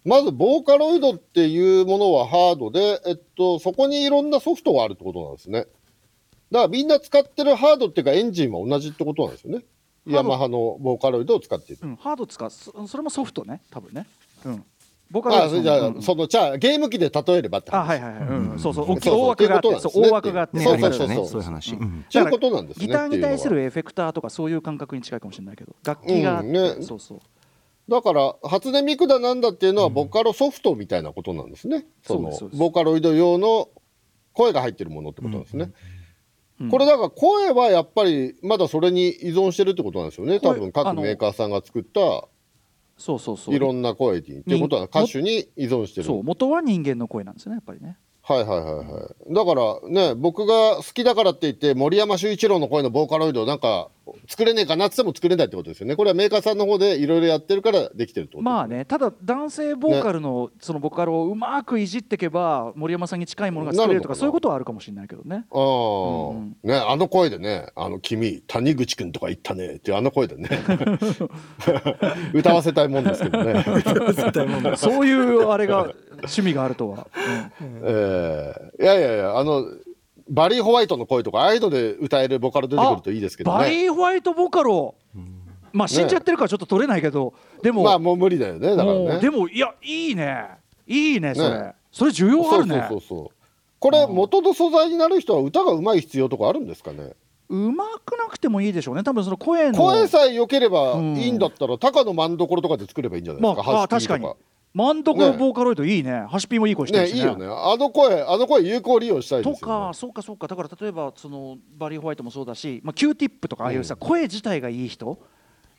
S4: まずボーカロイドっていうものはハードで、えっと、そこにいろんなソフトがあるってことなんですねだからみんな使ってるハードっていうかエンジンは同じってことなんですよねヤマハのボーカロイドを使っている
S3: うん、ハード使うそそれもソフトね多分ねうん僕は
S4: あそれじゃあ、そのじゃあゲーム機で例えればって
S3: あ
S4: 話
S3: はいはいはい、うんそうそう大きい
S4: そうそ
S3: 大
S4: う
S3: 枠があって
S4: という
S3: そ
S4: ことなんですね
S3: う大枠があって、
S4: ね
S2: ね
S4: そう
S2: あり
S4: そ
S2: ま
S4: う
S2: し
S4: そ
S2: た
S4: う
S2: ねそういう話、うん
S4: ということなんですね
S3: ギターに対す
S4: っていうのは
S3: るエフェクターとかそういう感覚に近いかもしれないけど楽器があって、
S4: うんね
S3: そうそう
S4: だから初音ミクだなんだっていうのはボカロソフトみたいなことなんですね、そ
S3: そうで
S4: の
S3: すそうです
S4: ボカロイド用の声が入ってるものってことなんですね、これだから声はやっぱりまだそれに依存してるってことなんですよね多
S3: 声
S4: 分
S3: あ
S4: 各
S3: の
S4: メーカーさんが作った
S3: そうそうそう
S4: いろんな声にっていうことは歌手に依存してる
S3: そう元は人間の声なんですよねやっぱりね
S4: はいはいはいはいだからね僕が好きだからって言って森山修一郎の声のボーカロイドなんか作れねえかなって言っても作れないってことですよねこれはメーカーさんの方でいろいろやってるからできてるってことですよね
S3: まあねただ男性ボーカルのそのボカロをうまくいじってけば森山さんに近いものが作れると
S4: なるのか
S3: か
S4: な
S3: そういうことはあるかもしれないけどね
S4: ああ、ね、あの声でね、あの君、谷口くんとか言ったねっていうあの声で ね。 歌わせたいもんですけ どね。
S3: そういうあれが趣味があると は、うん
S4: ええいやいやいや、あの、バリーホワイトの声とか、ああいうので歌えるボカロ出てくるといいですけど
S3: バ
S4: ね。
S3: リー・ホワイトボカロまあ死んじゃってるからちょっと取れないけど、でも,、
S4: まあ、もう無理だよね、だから
S3: もうで
S4: ね。
S3: もいやいいねいいねそれ
S4: ね
S3: それ需要あ
S4: そう
S3: る
S4: そう
S3: ね
S4: そうそう。これ、元の素材になる人は歌が上手い必要とかあるんですかね。
S3: うまくなくてもいいでしょうね多分その声の
S4: 声さえ良ければいいんだったら、高の真ん所とかで作ればいいんじゃない
S3: ま
S4: ですか、
S3: あ、あ
S4: ハス
S3: 確
S4: キ
S3: か
S4: ー
S3: に
S4: とか。
S3: 真ん所
S4: ね
S3: ボーカロイドいいねハシピーもいい声して
S4: ね
S3: るし
S4: いいよねあの声あの声有効利用したい
S3: と
S4: ですよ、
S3: か
S4: ね、
S3: そうかそうかだから例えばそのバリー・ホワイトもそうだし、まあ、キューティップとかああいうさ、声自体がいい人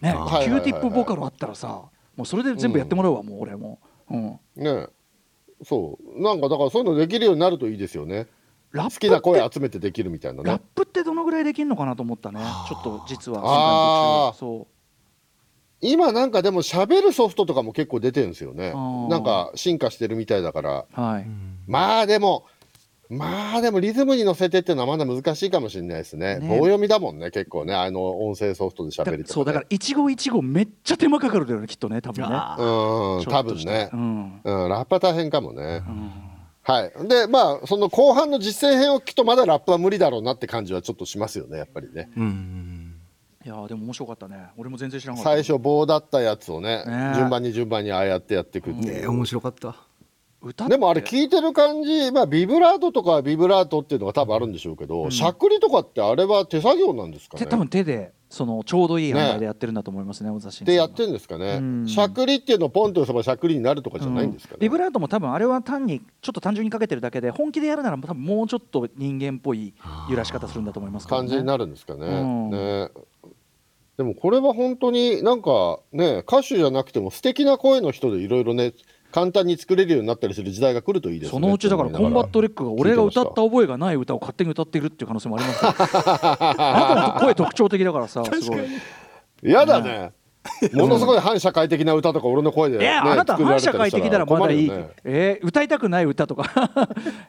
S3: ね
S4: あー
S3: キューティップボカロあったらさもうそれで全部やってもらうわ、もう俺も、うん、
S4: ねそうなんかだからそういうのできるようになるといいですよね
S3: ラッ
S4: 好
S3: プ
S4: きな声
S3: って
S4: 集めてできるみたいな
S3: ラッ
S4: ね
S3: プってどのぐらいできるのかなと思ったねちょっと実は
S4: あー
S3: そう
S4: 今なんかでも喋るソフトとかも結構出てるんですよね
S3: あー
S4: なんか進化してるみたいだから
S3: はい、
S4: まあでもまあでもリズムに乗せてっていうのはまだ難しいかもしれないですね
S3: ね
S4: 棒読みだもんね結構ねあの音声ソフトで
S3: だ
S4: 喋りとか、ね、
S3: そうだから一期一会めっちゃ手間かかるだよねきっとね多分ね
S2: あ
S4: う
S2: ー
S4: ん多分ね
S3: う、ん
S4: うん、ラップは大変かもね、はいでまあその後半の実践編を聞くとまだラップは無理だろうなって感じはちょっとしますよねやっぱりね
S2: うん
S3: いやーでも面白かったね俺も全然知らなかった
S4: 最初棒だったやつをね
S3: ね
S4: 順番に順番にああやってやっていくって
S2: ねえ
S4: いう、
S2: 面白かった
S3: 歌って
S4: でもあれ聞いてる感じ、まあ、ビブラートとかはビブラートっていうのが多分あるんでしょうけど、しゃくりとかってあれは手作業なんですか
S3: 手
S4: ね
S3: 多分手でそのちょうどいい販売でやってるんだと思いますね小指
S4: でやってんですかね、
S3: うん
S4: しゃくりっていうのをポンと押せばしゃくりになるとかじゃないんですかね、
S3: ビブラートも多分あれは単にちょっと単純にかけてるだけで本気でやるなら多分もうちょっと人間っぽい揺らし方するんだと思いますけど
S4: 感
S3: ね
S4: じになるんですかね,、
S3: うん
S4: ねでもこれは本当になんかね歌手じゃなくても素敵な声の人でいろいろね簡単に作れるようになったりする時代が来るといいですね
S3: そのうちだからコンバットレックが俺が歌った覚えがない歌を勝手に歌っているっていう可能性もあります よあなたって声特徴的だからさすごい
S4: や だねものすごい反社会的な歌とか俺の声で、
S3: い
S4: ね、
S3: や、あなた
S4: 作ら
S3: 反
S4: れ
S3: 社
S4: り
S3: 会
S4: した
S3: 的ならまだいい、
S4: 困るよね
S3: えー歌いたくない歌と か、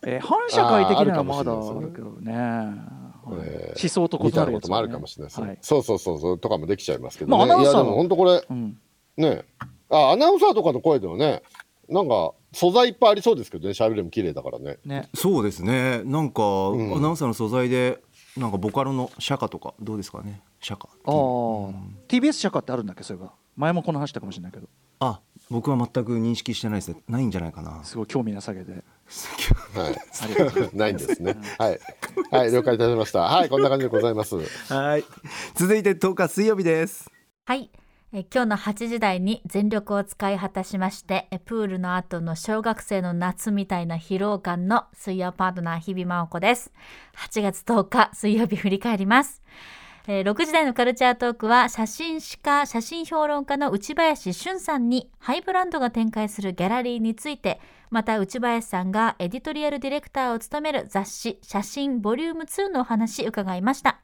S3: えー反社会的ならまだ
S4: あーあるかもしれない
S3: あるけどね、はい
S4: えー
S3: 思想と
S4: み
S3: 異
S4: た
S3: ない
S4: な
S3: るやつ
S4: こと
S3: ね
S4: もあるかもしれないですね、
S3: はい
S4: そうそうそうそうとかもできちゃいますけど、ね
S3: まあアナウン
S4: い
S3: サー
S4: や
S3: は
S4: でも本当これ
S3: うん、
S4: ねあアナウンサーとかの声ではねなんか素材いっぱいありそうですけどね喋りも綺麗だからね
S3: ね
S2: そうですねなんか、
S4: ん
S2: アナウンサーの素材でなんかボカロの釈迦とかどうですかね釈迦
S3: あー TBS 社会ってあるんだっけそういえば前もこの話したかもしれないけど
S2: あ僕は全く認識してないですねないんじゃないかな
S3: すごい興味なさげで
S4: はい
S3: ありがとうございま
S4: ないんですね。はい。はい、了解いたしました。はい、こんな感じでございます。
S2: はい続いて10日水曜日です
S7: はい。えー今日の8時台に全力を使い果たしまして、えープールの後の小学生の夏みたいな疲労感の水曜パートナー日々真央子です。8月10日水曜日振り返ります。えー6時台のカルチャートークは写真史家、写真評論家の内林俊さんにハイブランドが展開するギャラリーについて、また内林さんがエディトリアルディレクターを務める雑誌写真ボリューム2のお話伺いました。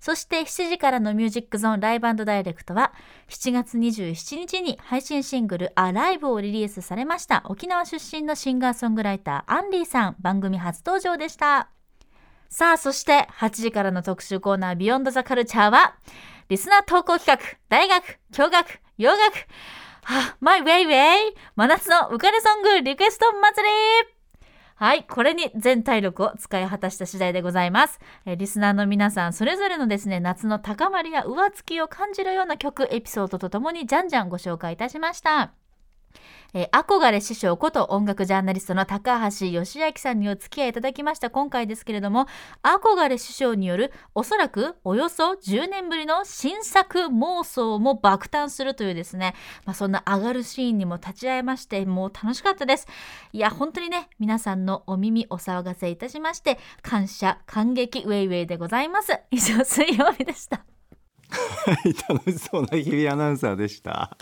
S7: そして7時からのミュージックゾーンライブダイレクトは7月27日に配信シングルアライブをリリースされました沖縄出身のシンガーソングライターアンリーさん番組初登場でした。さあ、そして8時からの特集コーナービヨンドザカルチャーはリスナー投稿企画、大学、教学、洋楽、はあ、マイウェイウェイ、真夏の浮かれソングリクエスト祭りはい、これに全体力を使い果たした次第でございます。えーリスナーの皆さん、それぞれのですね、夏の高まりや上付きを感じるような曲、エピソードとともに、じゃんじゃんご紹介いたしました。えー憧れ師匠こと音楽ジャーナリストの高橋義明さんにお付き合いいただきました今回ですけれども憧れ師匠によるおそらくおよそ10年ぶりの新作妄想も爆誕するというですね、まあ、そんな上がるシーンにも立ち会えましてもう楽しかったですいや本当にね皆さんのお耳お騒がせいたしまして感謝感激ウェイウェイでございます以上水曜日でした
S2: はい楽しそうな日々アナウンサーでした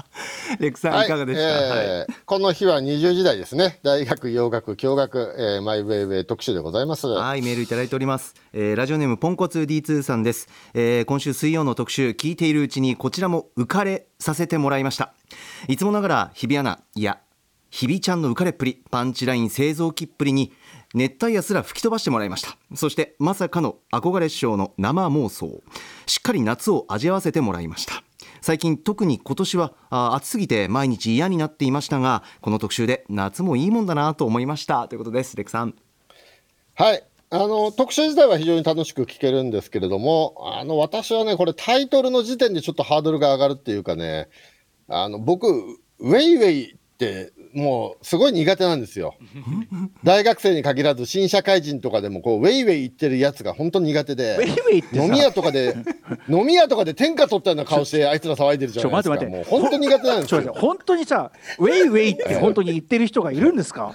S2: レクさん、い、かがでした、
S4: はいえーこの日は20時台ですね。大学、洋楽、教学、えーマイウェイウェイ特集でございます。
S2: はい、メールいただいております、えーラジオネームポンコツ D2 さんです、えー今週水曜の特集聞いているうちにこちらも浮かれさせてもらいましたいつもながら日比アナいや日比ちゃんの浮かれっぷりパンチライン製造機っぷりに熱帯夜すら吹き飛ばしてもらいましたそしてまさかの憧れ師匠の生妄想しっかり夏を味わわせてもらいました最近特に今年はあー暑すぎて毎日嫌になっていましたがこの特集で夏もいいもんだなと思いましたということですレクさん
S4: はい。あの、特集自体は非常に楽しく聞けるんですけれども、あの、私はね、これタイトルの時点でちょっとハードルが上がるっていうかね、あの、僕、ウェイウェイってもうすごい苦手なんで すよ大学生に限らず新社会人とかでもこうウェイウェイ言ってるやつが本当苦手
S3: ウェイウェ
S4: で
S3: イってさ
S4: 飲み屋とかで飲み屋とかで天下取ったような顔してあいつら騒いでるじ
S3: ち
S4: ゃ
S3: ょ
S4: ないで
S3: 待って
S4: すか
S3: 待って
S4: もう本当苦手なんで
S3: ち
S4: す
S3: ょ待って
S4: よ
S3: 本当にさウェイウェイ って本当に言ってる人がいるんですか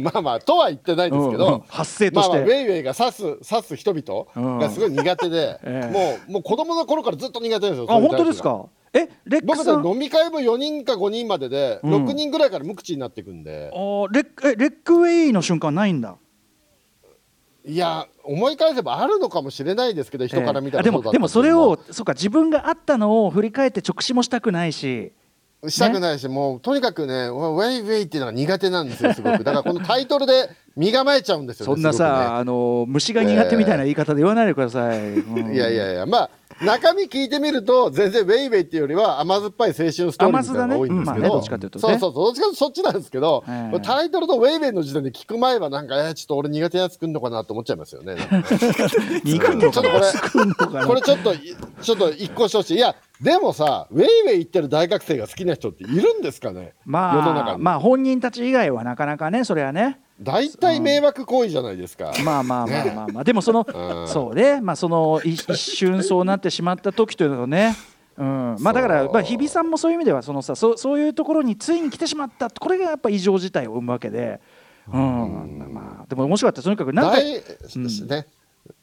S4: まあまあとは言ってないですけ
S3: うんうん
S4: ど、
S3: 発声として
S4: まあまあウェイウェイが指す指す人々がすごい苦手で、
S3: うん ええ
S4: もうもう子供の頃からずっと苦手なんですよ
S3: あ
S4: そういう
S3: 本
S4: タイプ
S3: 当
S4: が
S3: ですかえレック
S4: 僕
S3: ス
S4: た
S3: さ
S4: ち
S3: ん
S4: 飲み会も4人か5人までで、
S3: うん
S4: 6人ぐらいから無口になっていくんで
S3: あーレックえレックウェイの瞬間ないんだ
S4: いや思い返せばあるのかもしれないですけど人から見た
S3: えーあで
S4: らうだ
S3: も
S4: った
S3: でもそ
S4: け
S3: れ
S4: ど
S3: をそうか自分があったのを振り返って直視もしたくないし
S4: したくないし、もうとにかくねウェイウェイっていうのが苦手なんですよすごくだからこのタイトルで身構えちゃうんですよね
S3: そんな
S4: すごくね
S3: さ、あの虫が苦手みたいな言い方で言わないでください。うん
S4: いやいやいや、まあ、中身聞いてみると、全然ウェイウェイっていうよりは甘酸っぱい青春ストーリーみたいなのが多いん
S3: 甘酢だねうん
S4: ですけ
S3: まあね
S4: ど、
S3: どっちかというとね
S4: そうそうそう、どっちかというとそっちなんですけど
S3: ええ、
S4: タイトルとウェイウェイの時点で聞く前は、なんか、えーちょっと俺苦手なやつくんのかなと思っちゃいますよね。なんか
S3: 苦手
S4: ちょっとこれ、
S3: くんのかな
S4: これちょっと、いちょっと一個してほしい。いや、でもさ、ウェイウェイ行ってる大学生が好きな人っているんですかね、世の
S3: ま
S4: 中
S3: あ
S4: に。
S3: まあ本人たち以外はなかなかねそれはね。
S4: 大体迷惑行為じゃないですか。
S3: まあまあまあまあまあでもその
S4: うん
S3: そうねまあそのい一瞬そうなってしまった時というのはね。うん、まあだから
S4: そう
S3: まあ日比さんもそういう意味ではそのさそうそういうところについに来てしまったこれがやっぱ異常事態を生むわけで、うんまあ、でも面白かったとにかくなんか
S4: 大ね、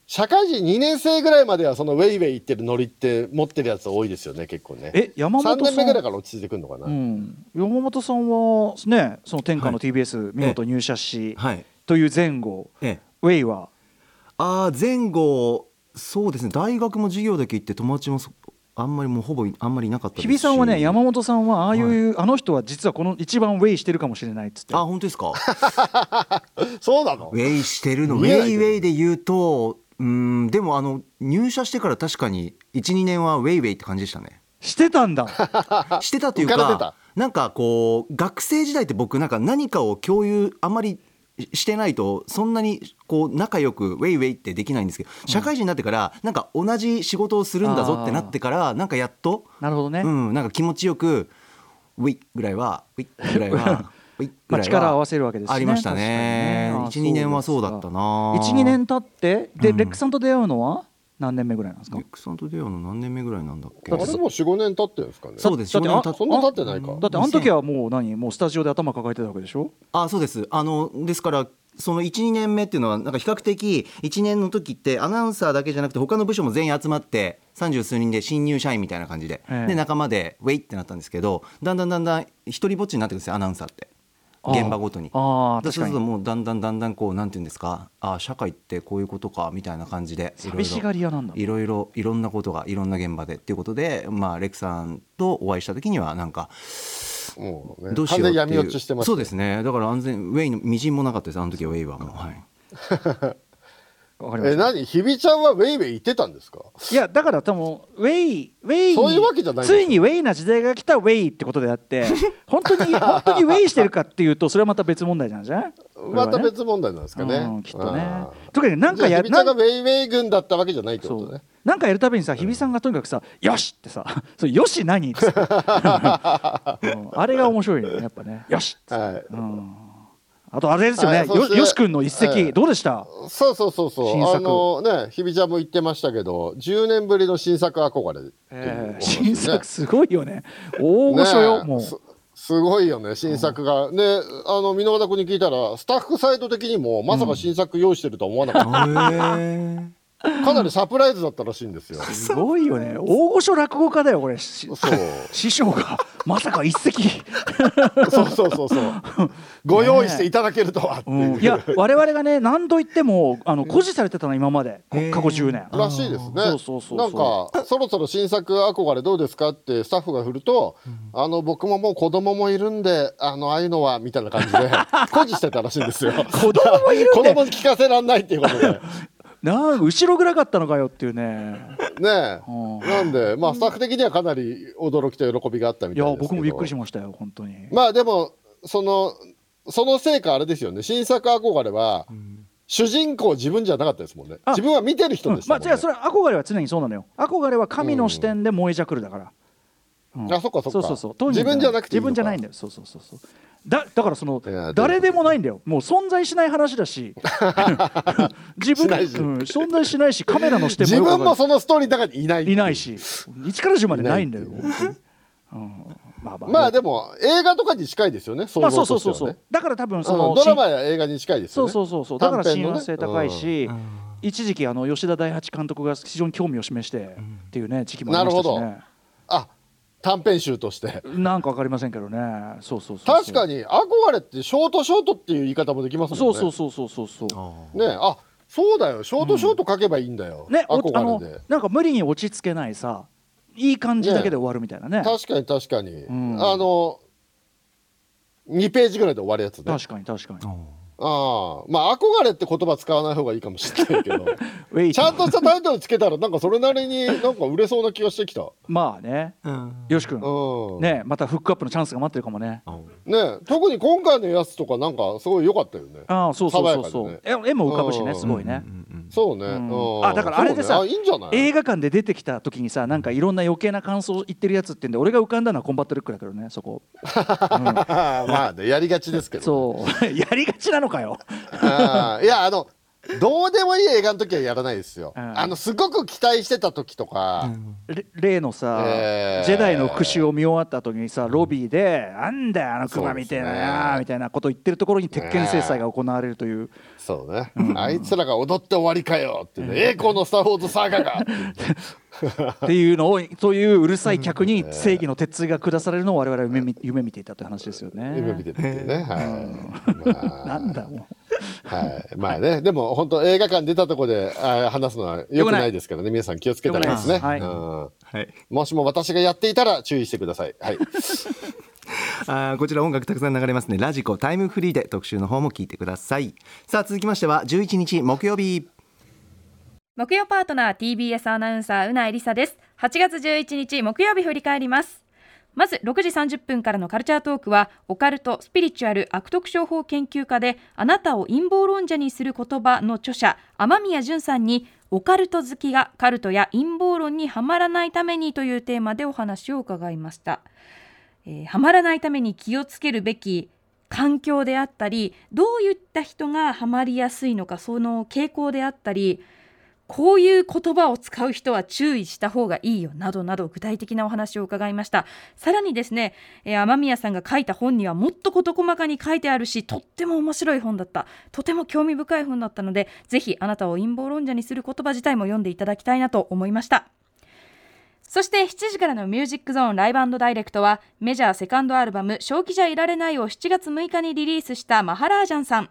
S4: 社会人2年生ぐらいまではそのウェイウェイ行ってるノリって持ってるやつ多いですよね結構ね
S3: え山
S4: 3
S3: 本さ
S4: 年
S3: ん
S4: 目ぐらいから落ち着いてくるのかな、
S3: うん、山本さんはねその天下の
S2: は
S3: TBS 見事入社し、
S2: はい
S3: という前後、
S2: ええ
S3: ウェイは
S2: あー前後そうですね大学も授業だけ行って友達もそあんまりもうほぼいあんまりいなかったですし
S3: 日比さんはね山本さんはああいう、あの人は実はこの一番ウェイしてるかもしれないっつって
S2: あ本当ですか
S4: そうなの
S2: ウェイしてるのウ
S4: 見えな
S2: ェ
S4: い
S2: イ
S4: け
S2: ウ
S4: ど
S2: ェイで言うとうんでもあの入社してから確かに12年はウェイウェイって感じでしたね
S3: してた んだ
S2: してたという
S4: 浮かれて
S2: か
S4: た
S2: なんかこう学生時代って僕なんか何かを共有あんまりしてないとそんなにこう仲良くウェイウェイってできないんですけど社会人になってからなんか同じ仕事をするんだぞってなってからなんかやっと
S3: なるほどね、
S2: うん、なんか気持ちよく、ウィッぐらいは、ウィッぐらい は、ウィッぐら
S3: まあ、
S2: いは。
S3: 力を合わせるわけですね
S2: ありましたね。
S3: 確かにねああ
S2: 一二年はそうだったな。
S3: 1、2年。経ってで、
S2: うん
S3: レックさんと出会うのは何年目ぐらいなんですか
S2: ネックさんと出会うの何年目ぐらいなんだっけ
S4: あ。れも45年経ってるんですかね
S2: そうです。
S3: だってあ
S2: 少年た
S4: そんな経ってないか
S3: だってあの時はもう何もうスタジオで頭抱えてたわけでしょ
S2: あ、そうです。あの、ですから。その1、2年目っていうのは、なんか比較的、1年の時って、アナウンサーだけじゃなくて、他の部署も全員集まって、30数人で新入社員みたいな感じで、
S3: ええ
S2: で、仲間で、ウェイってなったんですけど、だんだんだんだん、一人ぼっちになってくるんですよ、アナウンサーって。
S3: ああ
S2: 現場ごとに。
S3: ああ
S2: そう
S3: 確
S2: す
S3: か
S2: ると
S3: に
S2: もうだんだんだんだんこうなんていうんですかああ社会ってこういうことかみたいな感じでいろいろ
S3: 寂しがり屋なんだ
S2: いろいろいろんなことがいろんな現場でっていうことでまあレクさんとお会いした時にはなんか
S4: もうね
S2: どうし
S4: 完
S2: ようっ
S4: 全に
S2: ていう
S4: 闇落ちしてます
S2: そうですねだから安全ウェイのみじんもなかったですあの時はウェイはもう、はい、
S3: わかりま
S4: え
S3: した
S4: 何ひびちゃんはウェイウェイ行ってたんですか
S3: いやだから多分ウェイウェイに
S4: そういうわけじゃないんです
S3: つ
S4: よ
S3: いにウェイな時代が来たウェイってことであって 本当に本当にウェイしてるかっていうとそれはまた別問題なんじゃない
S4: また別問題なんです
S3: か
S4: か
S3: ね
S4: ね、
S3: うんきっとね
S4: あ
S3: とにかくな
S4: ー
S3: ん
S4: じゃ
S3: か
S4: あ
S3: や
S4: ひびちゃんが
S3: なん
S4: ウェイウェイ軍だったわけじゃないって
S3: そ
S4: ことね
S3: うなんかやるたびにさ日比さんがとにかくさ「よし!」ってさ 「そうよし何?」って さうんあれが面白いよねやっぱね「よし!」って
S4: はい
S3: あとあれですよね、
S4: はいそ
S3: よ
S4: して
S3: よし君の一席、
S4: はい
S3: どうでした
S4: そうそうそうそう
S3: 新作
S4: あのねひびちゃんも言ってましたけど10年ぶりの新作憧れっていうお話ね、
S3: えー新作すごいよね大御所
S4: ね
S3: よ
S4: え
S3: もう
S4: すすごいよね新作が、であの箕輪田君に聞いたらスタッフサイド的にもまさか新作用意してるとは思わなかった、かなりサプライズだったらしいんですよ
S3: すごいよね大御所落語家だよこれし
S4: そう
S3: 師匠がまさか一 席
S4: そうそうそ うそうご用意していただけるとはっていう、
S3: うんいや我々がね何度言ってもあの誇示されてたの今までこ過去10年
S4: らしいですね
S3: そうそうそうそう
S4: なんかそろそろ新作憧れどうですかってスタッフが振ると、あの僕ももう子供もいるんであのああいうのはみたいな感じ で誇示してたらしいんですよ子
S3: 供もいるんで
S4: 子供に聞かせらんないってい うことで
S3: なん後ろ暗かったのかよっていうね
S4: ね
S3: う
S4: え、なんで、まあ、スタッフ的にはかなり驚きと喜びがあったみ
S3: い
S4: たい
S3: や
S4: ですけ
S3: 僕
S4: ど
S3: もびっくりしましたよ本当に
S4: まあでもそのその成果あれですよね新作憧れは、主人公自分じゃなかったですもんね
S3: あ
S4: 自分は見てる
S3: う
S4: 人
S3: ん
S4: でし
S3: ま
S4: た
S3: あ
S4: もん
S3: じ
S4: ね、
S3: ゃあそれは憧れは常にそうなのよ憧れは神の視点で燃えじゃくるだから、うん
S4: あそっかそっか
S3: そうそうそう当人
S4: 自分じゃなくてい
S3: 自
S4: いのか
S3: 分じゃないんだよそうそうそうそうだだからその
S4: いや
S3: 誰でもないんだよもう存在しない話だ し自分
S4: しないし
S3: うん存在しないしカメラの視点
S4: 自
S3: もよく
S4: 分
S3: わ
S4: も
S3: か
S4: そのストーリーの中にいない
S3: るいないし1から10までないんだよ本当にうんまあまあ
S4: まあでも映画とかに近いですよね
S3: ま
S4: 想
S3: あそ
S4: 像
S3: うそ
S4: と
S3: う
S4: して
S3: そうそう
S4: はね
S3: だから多分
S4: う
S3: その、
S4: んドラマや映画に近いです
S3: そ
S4: よ
S3: う
S4: ね
S3: そうそうそうだから
S4: 短編
S3: 親
S4: のね
S3: 和性高いし、
S2: うん
S3: 一時期あの吉田大八監督が非常に興味を示して、っていうね時期もありましたし
S4: なる
S3: ね
S4: あ短編集として
S3: なんかわかりませんけどねそうそうそうそう
S4: 確かに憧れってショートショートっていう言い方もできますもんね
S3: そうそうそうそうそうそう
S2: あー
S4: ねえあそうだよショートショート書けばいいんだよ、
S3: ね、おあ
S4: 憧
S3: の
S4: れで
S3: なんか無理に落ち着けないさいい感じだけで終わるみたいなね
S4: 確かに確かに、
S3: ん
S4: あの2ページぐらいで終わるやつね
S3: 確かに確かに
S4: ああまあ憧れって言葉使わない方がいいかもしれないけ ど
S3: ウェイ
S4: ちゃんとしたタイトルつけたらなんかそれなりになんか売れそうな気がしてきた
S3: まあね
S2: うん
S3: よし君
S4: うんね
S3: ねまたフックアップのチャンスが待ってるかもね
S2: あ
S4: え特に今回のやつとかなんかすごい良かったよね
S3: ああそうそうそうそ
S4: 爽や
S3: う
S4: か
S3: 絵絵も浮かぶし
S4: うんうん
S3: ね
S4: うん
S3: すごいね
S2: うんうん
S4: そうね、
S3: うん
S4: うん
S3: あだからあれでさ
S4: そうねあいいんじゃない
S3: 映画館で出てきた時にさなんかいろんな余計な感想を言ってるやつってんで俺が浮かんだのはコンバットルックだけどねそこ
S4: ああ まあねやりがちですけどね
S3: そう やりがちなのかよ
S4: あーいやあのどうでもいい映画の時はやらないですよ、
S3: うん
S4: あのすごく期待してた時とか、
S3: れ例のさ、
S4: えー
S3: ジェダイの復讐を見終わった後にさロビーで「なんだよあのクマみたいな
S4: そうです
S3: や」
S4: ね
S3: みたいなこと言ってるところに鉄拳制裁が行われるという、
S4: そうね、あいつらが踊って終わりかよって、ね栄光のスター・ウォーズサー ガが
S3: っていうのをそういううるさい客に正義の鉄槌が下されるのを我々は夢見夢見ていたという話ですよね。
S4: 夢見てるっていうね、はい、まあ、
S3: なんだも
S4: はい、まあねでも本当映画館出たとこであー話すのはよくないですからね皆さん気をつけたらいいですね
S3: 良くないです
S4: うん
S2: はい
S4: もしも私がやっていたら注意してくださいはい
S2: あーこちら音楽たくさん流れますねラジコタイムフリーで特集の方も聞いてくださいさあ続きましては11日木曜日
S6: 木曜パートナー TBS アナウンサーうなえりさです8月11日木曜日振り返りますまず6時30分からのカルチャートークはオカルト・スピリチュアル悪徳商法研究家であなたを陰謀論者にする言葉の著者天宮淳さんにオカルト好きがカルトや陰謀論にはまらないためにというテーマでお話を伺いましたえーはまらないために気をつけるべき環境であったりどういった人がはまりやすいのかその傾向であったりこういう言葉を使う人は注意した方がいいよなどなど具体的なお話を伺いましたさらにですね、えー雨宮さんが書いた本にはもっと事細かに書いてあるしとっても面白い本だったとても興味深い本だったのでぜひあなたを陰謀論者にする言葉自体も読んでいただきたいなと思いましたそして7時からのミュージックゾーンライブダイレクトはメジャーセカンドアルバム正気じゃいられないを7月6日にリリースしたマハラージャンさん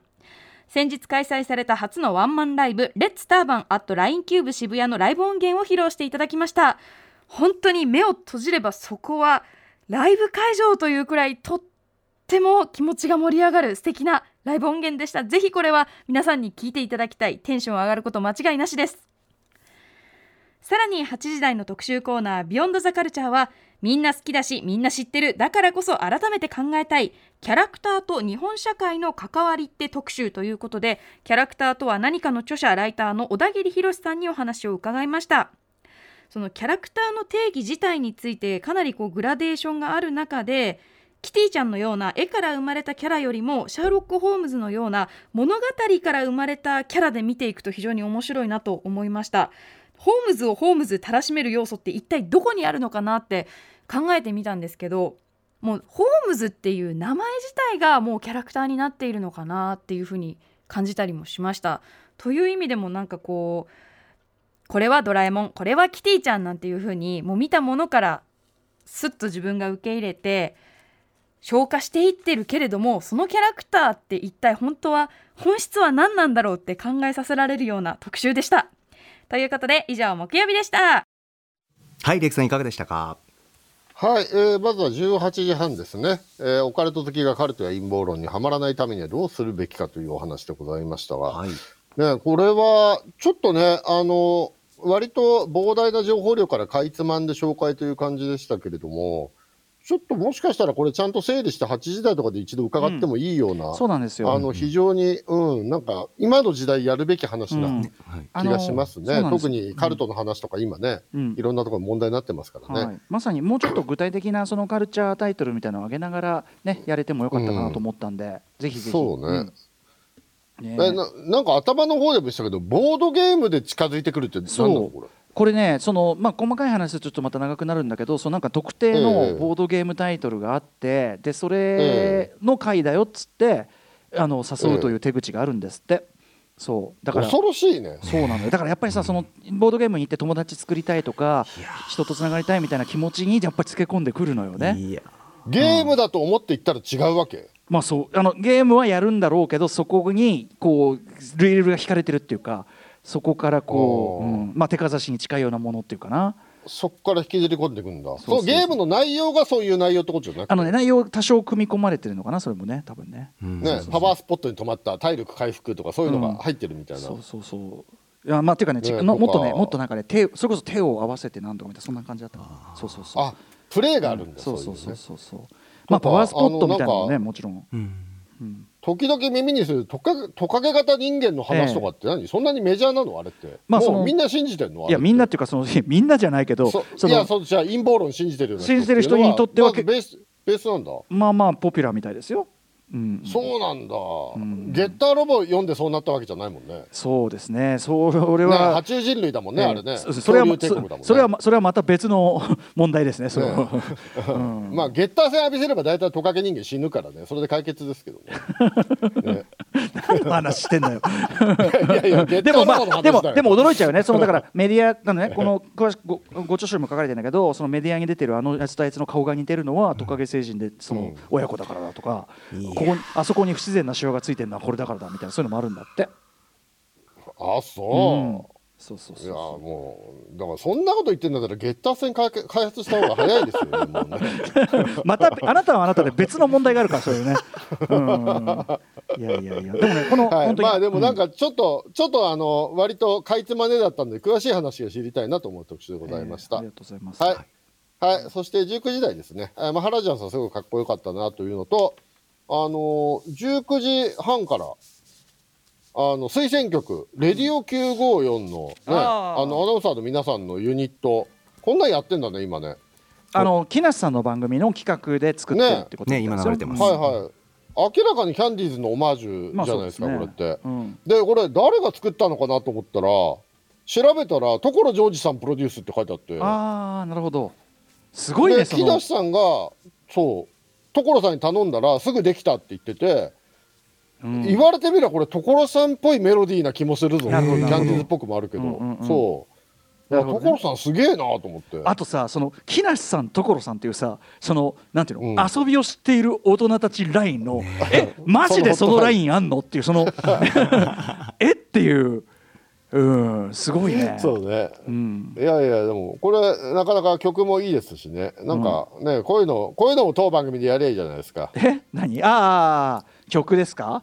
S6: 先日開催された初のワンマンライブ「レッツターバン at LINE キューブ渋谷」のライブ音源を披露していただきました本当に目を閉じればそこはライブ会場というくらいとっても気持ちが盛り上がる素敵なライブ音源でしたぜひこれは皆さんに聞いていただきたいテンション上がること間違いなしですさらに8時台の特集コーナー「ビヨンドザカルチャーはみんな好きだしみんな知ってるだからこそ改めて考えたいキャラクターと日本社会の関わりって特集ということでキャラクターとは何かの著者ライターの小田切博さんにお話を伺いましたそのキャラクターの定義自体についてかなりこうグラデーションがある中でキティちゃんのような絵から生まれたキャラよりもシャーロック・ホームズのような物語から生まれたキャラで見ていくと非常に面白いなと思いましたホームズをホームズたらしめる要素って一体どこにあるのかなって考えてみたんですけどもうホームズっていう名前自体がもうキャラクターになっているのかなっていうふうに感じたりもしました。という意味でもなんかこうこれはドラえもんこれはキティちゃんなんていうふうにもう見たものからすっと自分が受け入れて消化していってるけれどもそのキャラクターって一体本当は本質は何なんだろうって考えさせられるような特集でした。ということで以上木曜日でした。
S2: はいレイクさんいかがでしたか
S4: はい、えーまずは18時半ですね、えーオカルト好きがカルトや陰謀論にはまらないためにはどうするべきかというお話でございましたが、
S2: はい
S4: ね、これはちょっとねあの割と膨大な情報量からかいつまんで紹介という感じでしたけれどもちょっともしかしたらこれちゃんと整理して8時台とかで一度伺ってもいいような、
S3: そうなんですよ。
S4: あの非常に、うん、なんか今の時代やるべき話
S3: う
S4: なん気
S2: はい
S3: あの
S4: がします
S3: そ
S4: ね、
S3: うなんです
S4: 特にカルトの話とか今ね、
S3: うん
S4: いろんなところ問題になってますからね。
S3: はい、まさにもうちょっと具体的なそのカルチャータイトルみたいなのを上げながら、ね、やれてもよかったかなと思ったんで、ぜひぜひ。
S4: そうね
S3: うんね
S4: えななんか頭の方でもしたけどボードゲームで近づいてくるって何なのこれ
S3: これねその、まあ、細かい話はちょっとまた長くなるんだけどそのなんか特定
S4: ええ
S3: のボードゲームタイトルがあって、でそれの回だよっつってあの誘うという手口があるんですって、そうだから
S4: 恐ろしいね
S3: そうなのよだからやっぱりさそのボードゲームに行って友達作りたいとか人とつながりたいみたいな気持ちにやっぱりつけ込んでくるのよね。
S2: いや
S4: ゲームだと思っていったら違うわけ、
S3: まあそうあのゲームはやるんだろうけどそこにこうレールが引かれてるっていうかそこからこう、
S4: おー
S3: うんまあ、手かざしに近いようなものっていうかな
S4: そこから引きずり込んでいくんだ
S3: そ
S4: そう
S3: う
S4: ゲームの内容がそういう内容ってことじゃなくて
S3: あの、ね、内容多少組み込まれてるのかなそれもね多分ね。
S4: ね、パワースポットに止まった体力回復とかそういうのが入ってるみたいな、
S3: そうそうそういやまあっていうかねち
S4: ね
S3: のもっと
S4: と
S3: ね
S4: か
S3: もっとなんかね手それこそ手を合わせて何とかみたいなそんな感じだったそうそうそう
S4: あプレイがあるんだ、
S3: そう
S4: そ
S3: そうう
S4: いう
S3: そう
S4: ね
S3: そうそうまあパワースポットみたいなの
S4: あのな
S3: ね
S4: んか
S3: もちろん
S4: 時々耳にするトカゲトカゲ型人間の話とかって何、そんなにメジャーなのあれって、
S3: まあそ
S4: も
S3: の
S4: うみんな信じてんのあれ
S3: いやみんなっていうかその みんなじゃないけど
S4: そ
S3: そ
S4: いや
S3: の
S4: そうじゃあ陰謀論信じてるような
S3: 信じてる人にとっては
S4: まずベースベースなんだ、
S3: まあまあポピュラーみたいですようん
S4: そうなんだ、
S3: ん
S4: ゲッターロボ読んでそうなったわけじゃないもんね
S3: そうですねそれ
S4: ね爬
S3: は
S4: 虫人類だもんね、
S3: ええ
S4: あれね
S3: そそれは
S4: 恐
S3: ま
S4: 竜帝国だもんね
S3: そそれはまそれはまた別の 問題ですねそれはうん
S4: まあゲッター戦浴びせれば大体トカゲ人間死ぬからねそれで解決です けどねね
S3: 何の 話してんだよ
S4: いやいやゲ
S3: で
S4: ッターロ
S3: も、
S4: ボ
S3: ま
S4: の
S3: あ、
S4: 話
S3: でも、
S4: だよ
S3: でも驚いちゃうよね。そのだから、メディアなのね、この詳しくご、ご著書にも書かれてるんだけど、そのメディアに出てるあのやつとあいつの顔が似てるのは、トカゲ星人で、その親子だからだとか。ここに、あそこに不自然な塩がついてるのは、これだからだみたいな、そういうのもあるんだって。
S4: あ
S3: うん
S4: そ。
S3: そうそう
S4: う、いや
S3: そ
S4: もうだからそんなこと言ってんだったらゲッター戦開開発した方が早いですよねもうね
S3: う。 また、あなたはあなたで別の問題があるから、そういうね。うん。いやいやいや、でもね、この、
S4: はい、
S3: 本当に。
S4: まあでもなんかちょっと、ちょっとあの割とかいつまねだったんで詳しい話が知りたいなと思う特集でご
S3: うん
S4: ざいまし
S3: えー
S4: た、
S3: ありがとうございます。
S4: はい、はい、そして19時台ですね、えーまあ、原ちゃんさん、すごくかっこよかったなというのと、あのー19時半から、あの推薦曲、レディオ954の,、ね、あ
S5: あー
S4: のアナウンサーの皆さんのユニット、こんなんやってんだね、今ね。
S3: あの、木梨さんの番組の企画で作ってるってこと
S2: ね
S3: みた
S2: 今
S3: いで
S2: 流
S3: すよ
S2: れてます、
S4: はいはい明らかにキャンディーズのオマージュじゃないですか、
S3: まあ
S4: こ
S3: そう
S4: れっ
S3: ですね
S4: て。
S3: うん。
S4: でこれ誰が作ったのかなと思ったら調べたら所ジョージさんプロデュースって書いてあって
S3: ああ、なるほど。すごいね、
S4: で
S3: そ
S4: 木
S3: の
S4: 梨。さんがそう所さんに頼んだらすぐできたって言ってて、
S3: うん
S4: 言われてみればこれ所さんっぽいメロディーな気もするぞキ
S3: なるほど
S4: ャンディーズっぽくもあるけど、
S3: うんうんうん
S4: そう、
S3: なるほどね
S4: 所さんすげえなと思って
S3: あとさその木梨さん所さんっていうさそのなんていうの、
S4: うん
S3: 遊びを知っている大人たちラインの、 えマジでそのラインあんのっていうその えっていううんすごいね
S4: そうね、
S3: ん
S4: いやいやでもこれなかなか曲もいいですしねなんかね、こういうのこういうのも当番組でやりゃいいじゃないですか
S3: え何ああ曲ですか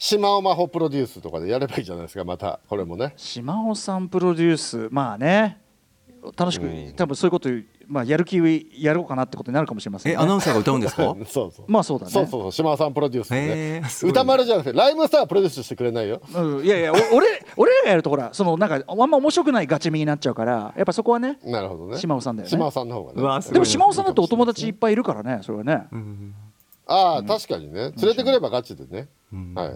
S4: 島尾真帆プロデュースとかでやればいいじゃないですかまたこれもね
S3: 島尾さんプロデュースまあね楽しく、多分そういうこと、まあ、やる気やろうかなってことになるかもしれません、
S2: え
S3: ね、
S2: アナウンサーが歌うんです か
S4: そうそう
S3: まあそうだね
S4: そうそうそう島尾さんプロデュース
S2: へ
S4: ね
S2: ーすごいね
S4: 歌丸じゃなくてライムスターはプロデュースしてくれないよ
S3: うん、いやいやお 俺俺らがやるとほらそのなんかあんま面白くないガチめになっちゃうからやっぱそこはね
S4: なるほどね
S3: 島尾さんだよね
S4: 島尾さんの方がね
S2: うわすごい
S3: でも島尾さんだとお友達いっぱいいるからねそれはね、
S4: ああ確かにね連れてくればガチでねはい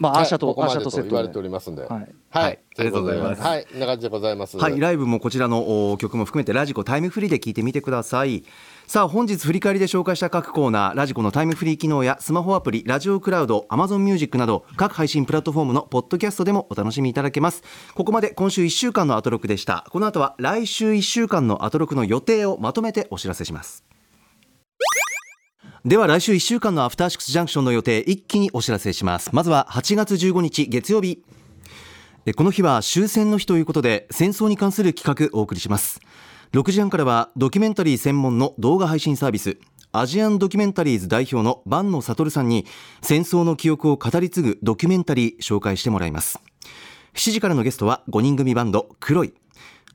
S3: まあ
S4: は
S3: ア
S4: い
S3: ーシャと、
S4: ここ
S3: アー
S4: ま
S3: シ
S4: で
S3: ャとセッ
S4: 言われて
S3: ト
S4: お
S3: で
S4: りますんで
S3: はい
S2: はいありがとうございます
S4: はいこんな感じでございます
S2: はい、ライブもこちらのお曲も含めてラジコタイムフリーで聞いてみてください。さあ本日振り返りで紹介した各コーナーラジコのタイムフリー機能やスマホアプリラジオクラウド Amazon ミュージックなど各配信プラットフォームのポッドキャストでもお楽しみいただけますここまで今週1週間のアトロクでしたこの後は来週1週間のアトロクの予定をまとめてお知らせしますでは来週1週間のアフターシックスジャンクションの予定一気にお知らせしますまずは8月15日月曜日えこの日は終戦の日ということで戦争に関する企画をお送りします6時半からはドキュメンタリー専門の動画配信サービスアジアンドキュメンタリーズ代表の坂野悟さんに戦争の記憶を語り継ぐドキュメンタリー紹介してもらいます7時からのゲストは5人組バンド黒い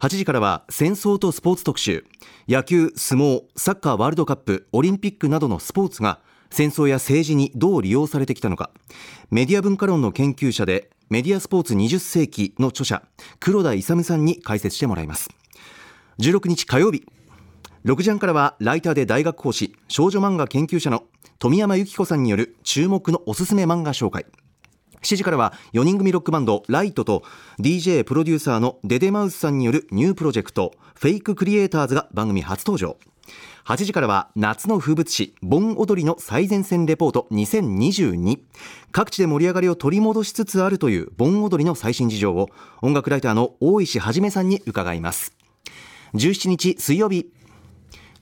S2: 8時からは戦争とスポーツ特集野球相撲サッカーワールドカップオリンピックなどのスポーツが戦争や政治にどう利用されてきたのかメディア文化論の研究者でメディアスポーツ20世紀の著者黒田勇さんに解説してもらいます16日火曜日6時半からはライターで大学講師少女漫画研究者の富山由紀子さんによる注目のおすすめ漫画紹介7時からは4人組ロックバンドライトと DJ プロデューサーのデデマウスさんによるニュープロジェクトフェイククリエイターズが番組初登場8時からは夏の風物詩盆踊りの最前線レポート2022各地で盛り上がりを取り戻しつつあるという盆踊りの最新事情を音楽ライターの大石はじめさんに伺います17日水曜日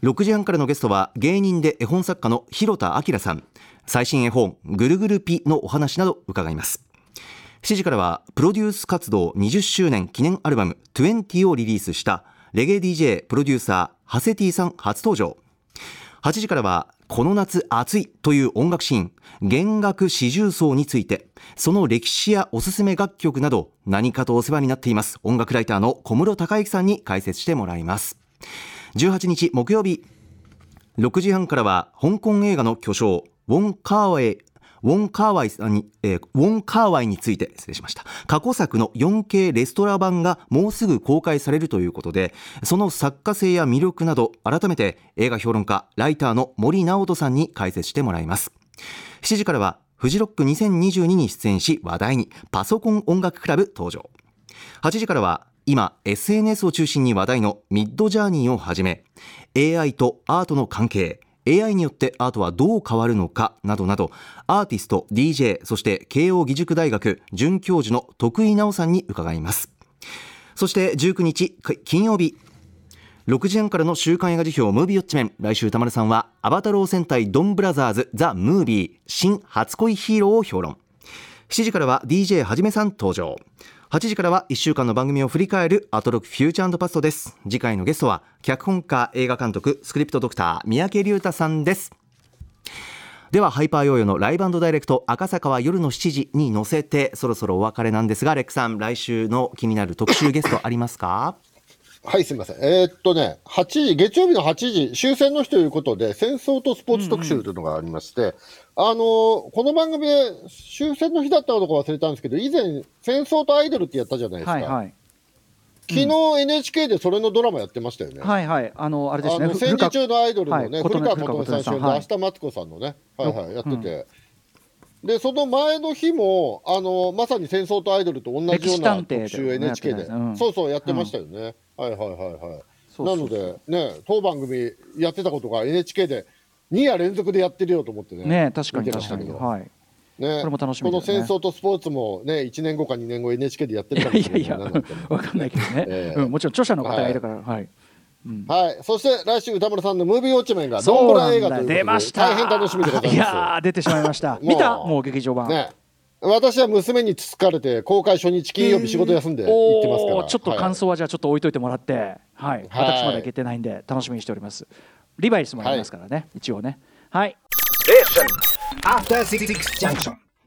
S2: 6時半からのゲストは芸人で絵本作家の広田明さん最新絵本「ぐるぐるピ」のお話など伺います7時からはプロデュース活動20周年記念アルバム「20」をリリースしたレゲエ DJ プロデューサーハセティさん初登場8時からはこの夏熱いという音楽シーン弦楽四重奏についてその歴史やおすすめ楽曲など何かとお世話になっています音楽ライターの小室孝之さんに解説してもらいます18日木曜日6時半からは香港映画の巨匠ウォン・カーワイウォン・カーワイさんに、えーウォン・カーワイについて失礼しました過去作の 4K レストラ版がもうすぐ公開されるということでその作家性や魅力など改めて映画評論家ライターの森直人さんに解説してもらいます7時からはフジロック2022に出演し話題にパソコン音楽クラブ登場8時からは今 SNS を中心に話題のミッドジャーニーをはじめ AI とアートの関係 AI によってアートはどう変わるのかなどなどアーティスト DJ そして慶応義塾大学准教授の徳井直さんに伺いますそして19日金曜日6時半からの週刊映画辞表ムービーウォッチメン来週歌丸さんはアバタロー戦隊ドンブラザーズザ・ムービー新初恋ヒーローを評論7時からは DJ はじめさん登場8時からは1週間の番組を振り返るアトロックフューチャーパストです次回のゲストは脚本家映画監督スクリプトドクター三宅龍太さんですではハイパーヨーヨーのライブダイレクト赤坂は夜の7時に乗せてそろそろお別れなんですがレックさん来週の気になる特集ゲストありますか
S4: はい、すみません。えーっとね、8時、月曜日の8時、終戦の日ということで、戦争とスポーツ特集というのがありまして、あのーこの番組で終戦の日だったのか忘れたんですけど、以前、戦争とアイドルってやったじゃないですか。
S3: はいはい
S4: 昨日 NHK でそれのドラマやってましたよね。
S3: はいはいあのあれで
S4: あ
S3: すね
S4: の
S3: ふ
S4: 戦時中のアイドルの
S3: はい
S4: ね、
S3: 琴
S4: 古
S3: 音
S4: 川琴音さん主演の
S3: はい
S4: 明日マツコさんのね、はいはい、やって
S3: うん
S4: て、でその前の日もあのまさに戦争とアイドルと同
S3: 歴
S4: じよう
S3: 史
S4: な
S3: 探偵
S4: 特集
S3: でもね
S4: NHK
S3: やって
S4: で
S3: たやつねうん
S4: そうそうやってましたよね、はいはいはいはい
S3: そうそう
S4: なのでね当番組やってたことが NHK で2夜連続でやってるよと思ってね
S3: ね確かに
S4: 見てまし
S3: 確か
S4: たけ
S3: に
S4: ど
S3: はい
S4: ね
S3: これも楽しみだよね
S4: この戦争とスポーツもね1年後か2年後 NHK でやってるかも
S3: い
S4: し
S3: や
S4: れ
S3: い
S4: な
S3: や
S4: いな
S3: わ
S4: なんてね
S3: かんないけどね、
S4: ええ
S3: うん、もちろん著者の方がいるからはい
S4: はい、そして来週歌丸さんのムービーウォッチメンがドンブラ映画ということで
S3: 出ました
S4: 大変楽しみでございます
S3: いやー出てしまいました
S4: もう
S3: 見たもう劇場版、
S4: ね、私は娘につつかれて公開初日金曜日仕事休んで行ってますから、
S3: おーちょっと感想はじゃあちょっと置いといてもらって、はい私まだ行けてないんで楽しみにしておりますリバイスもありますからね、一応ねはい
S8: After Six Junction.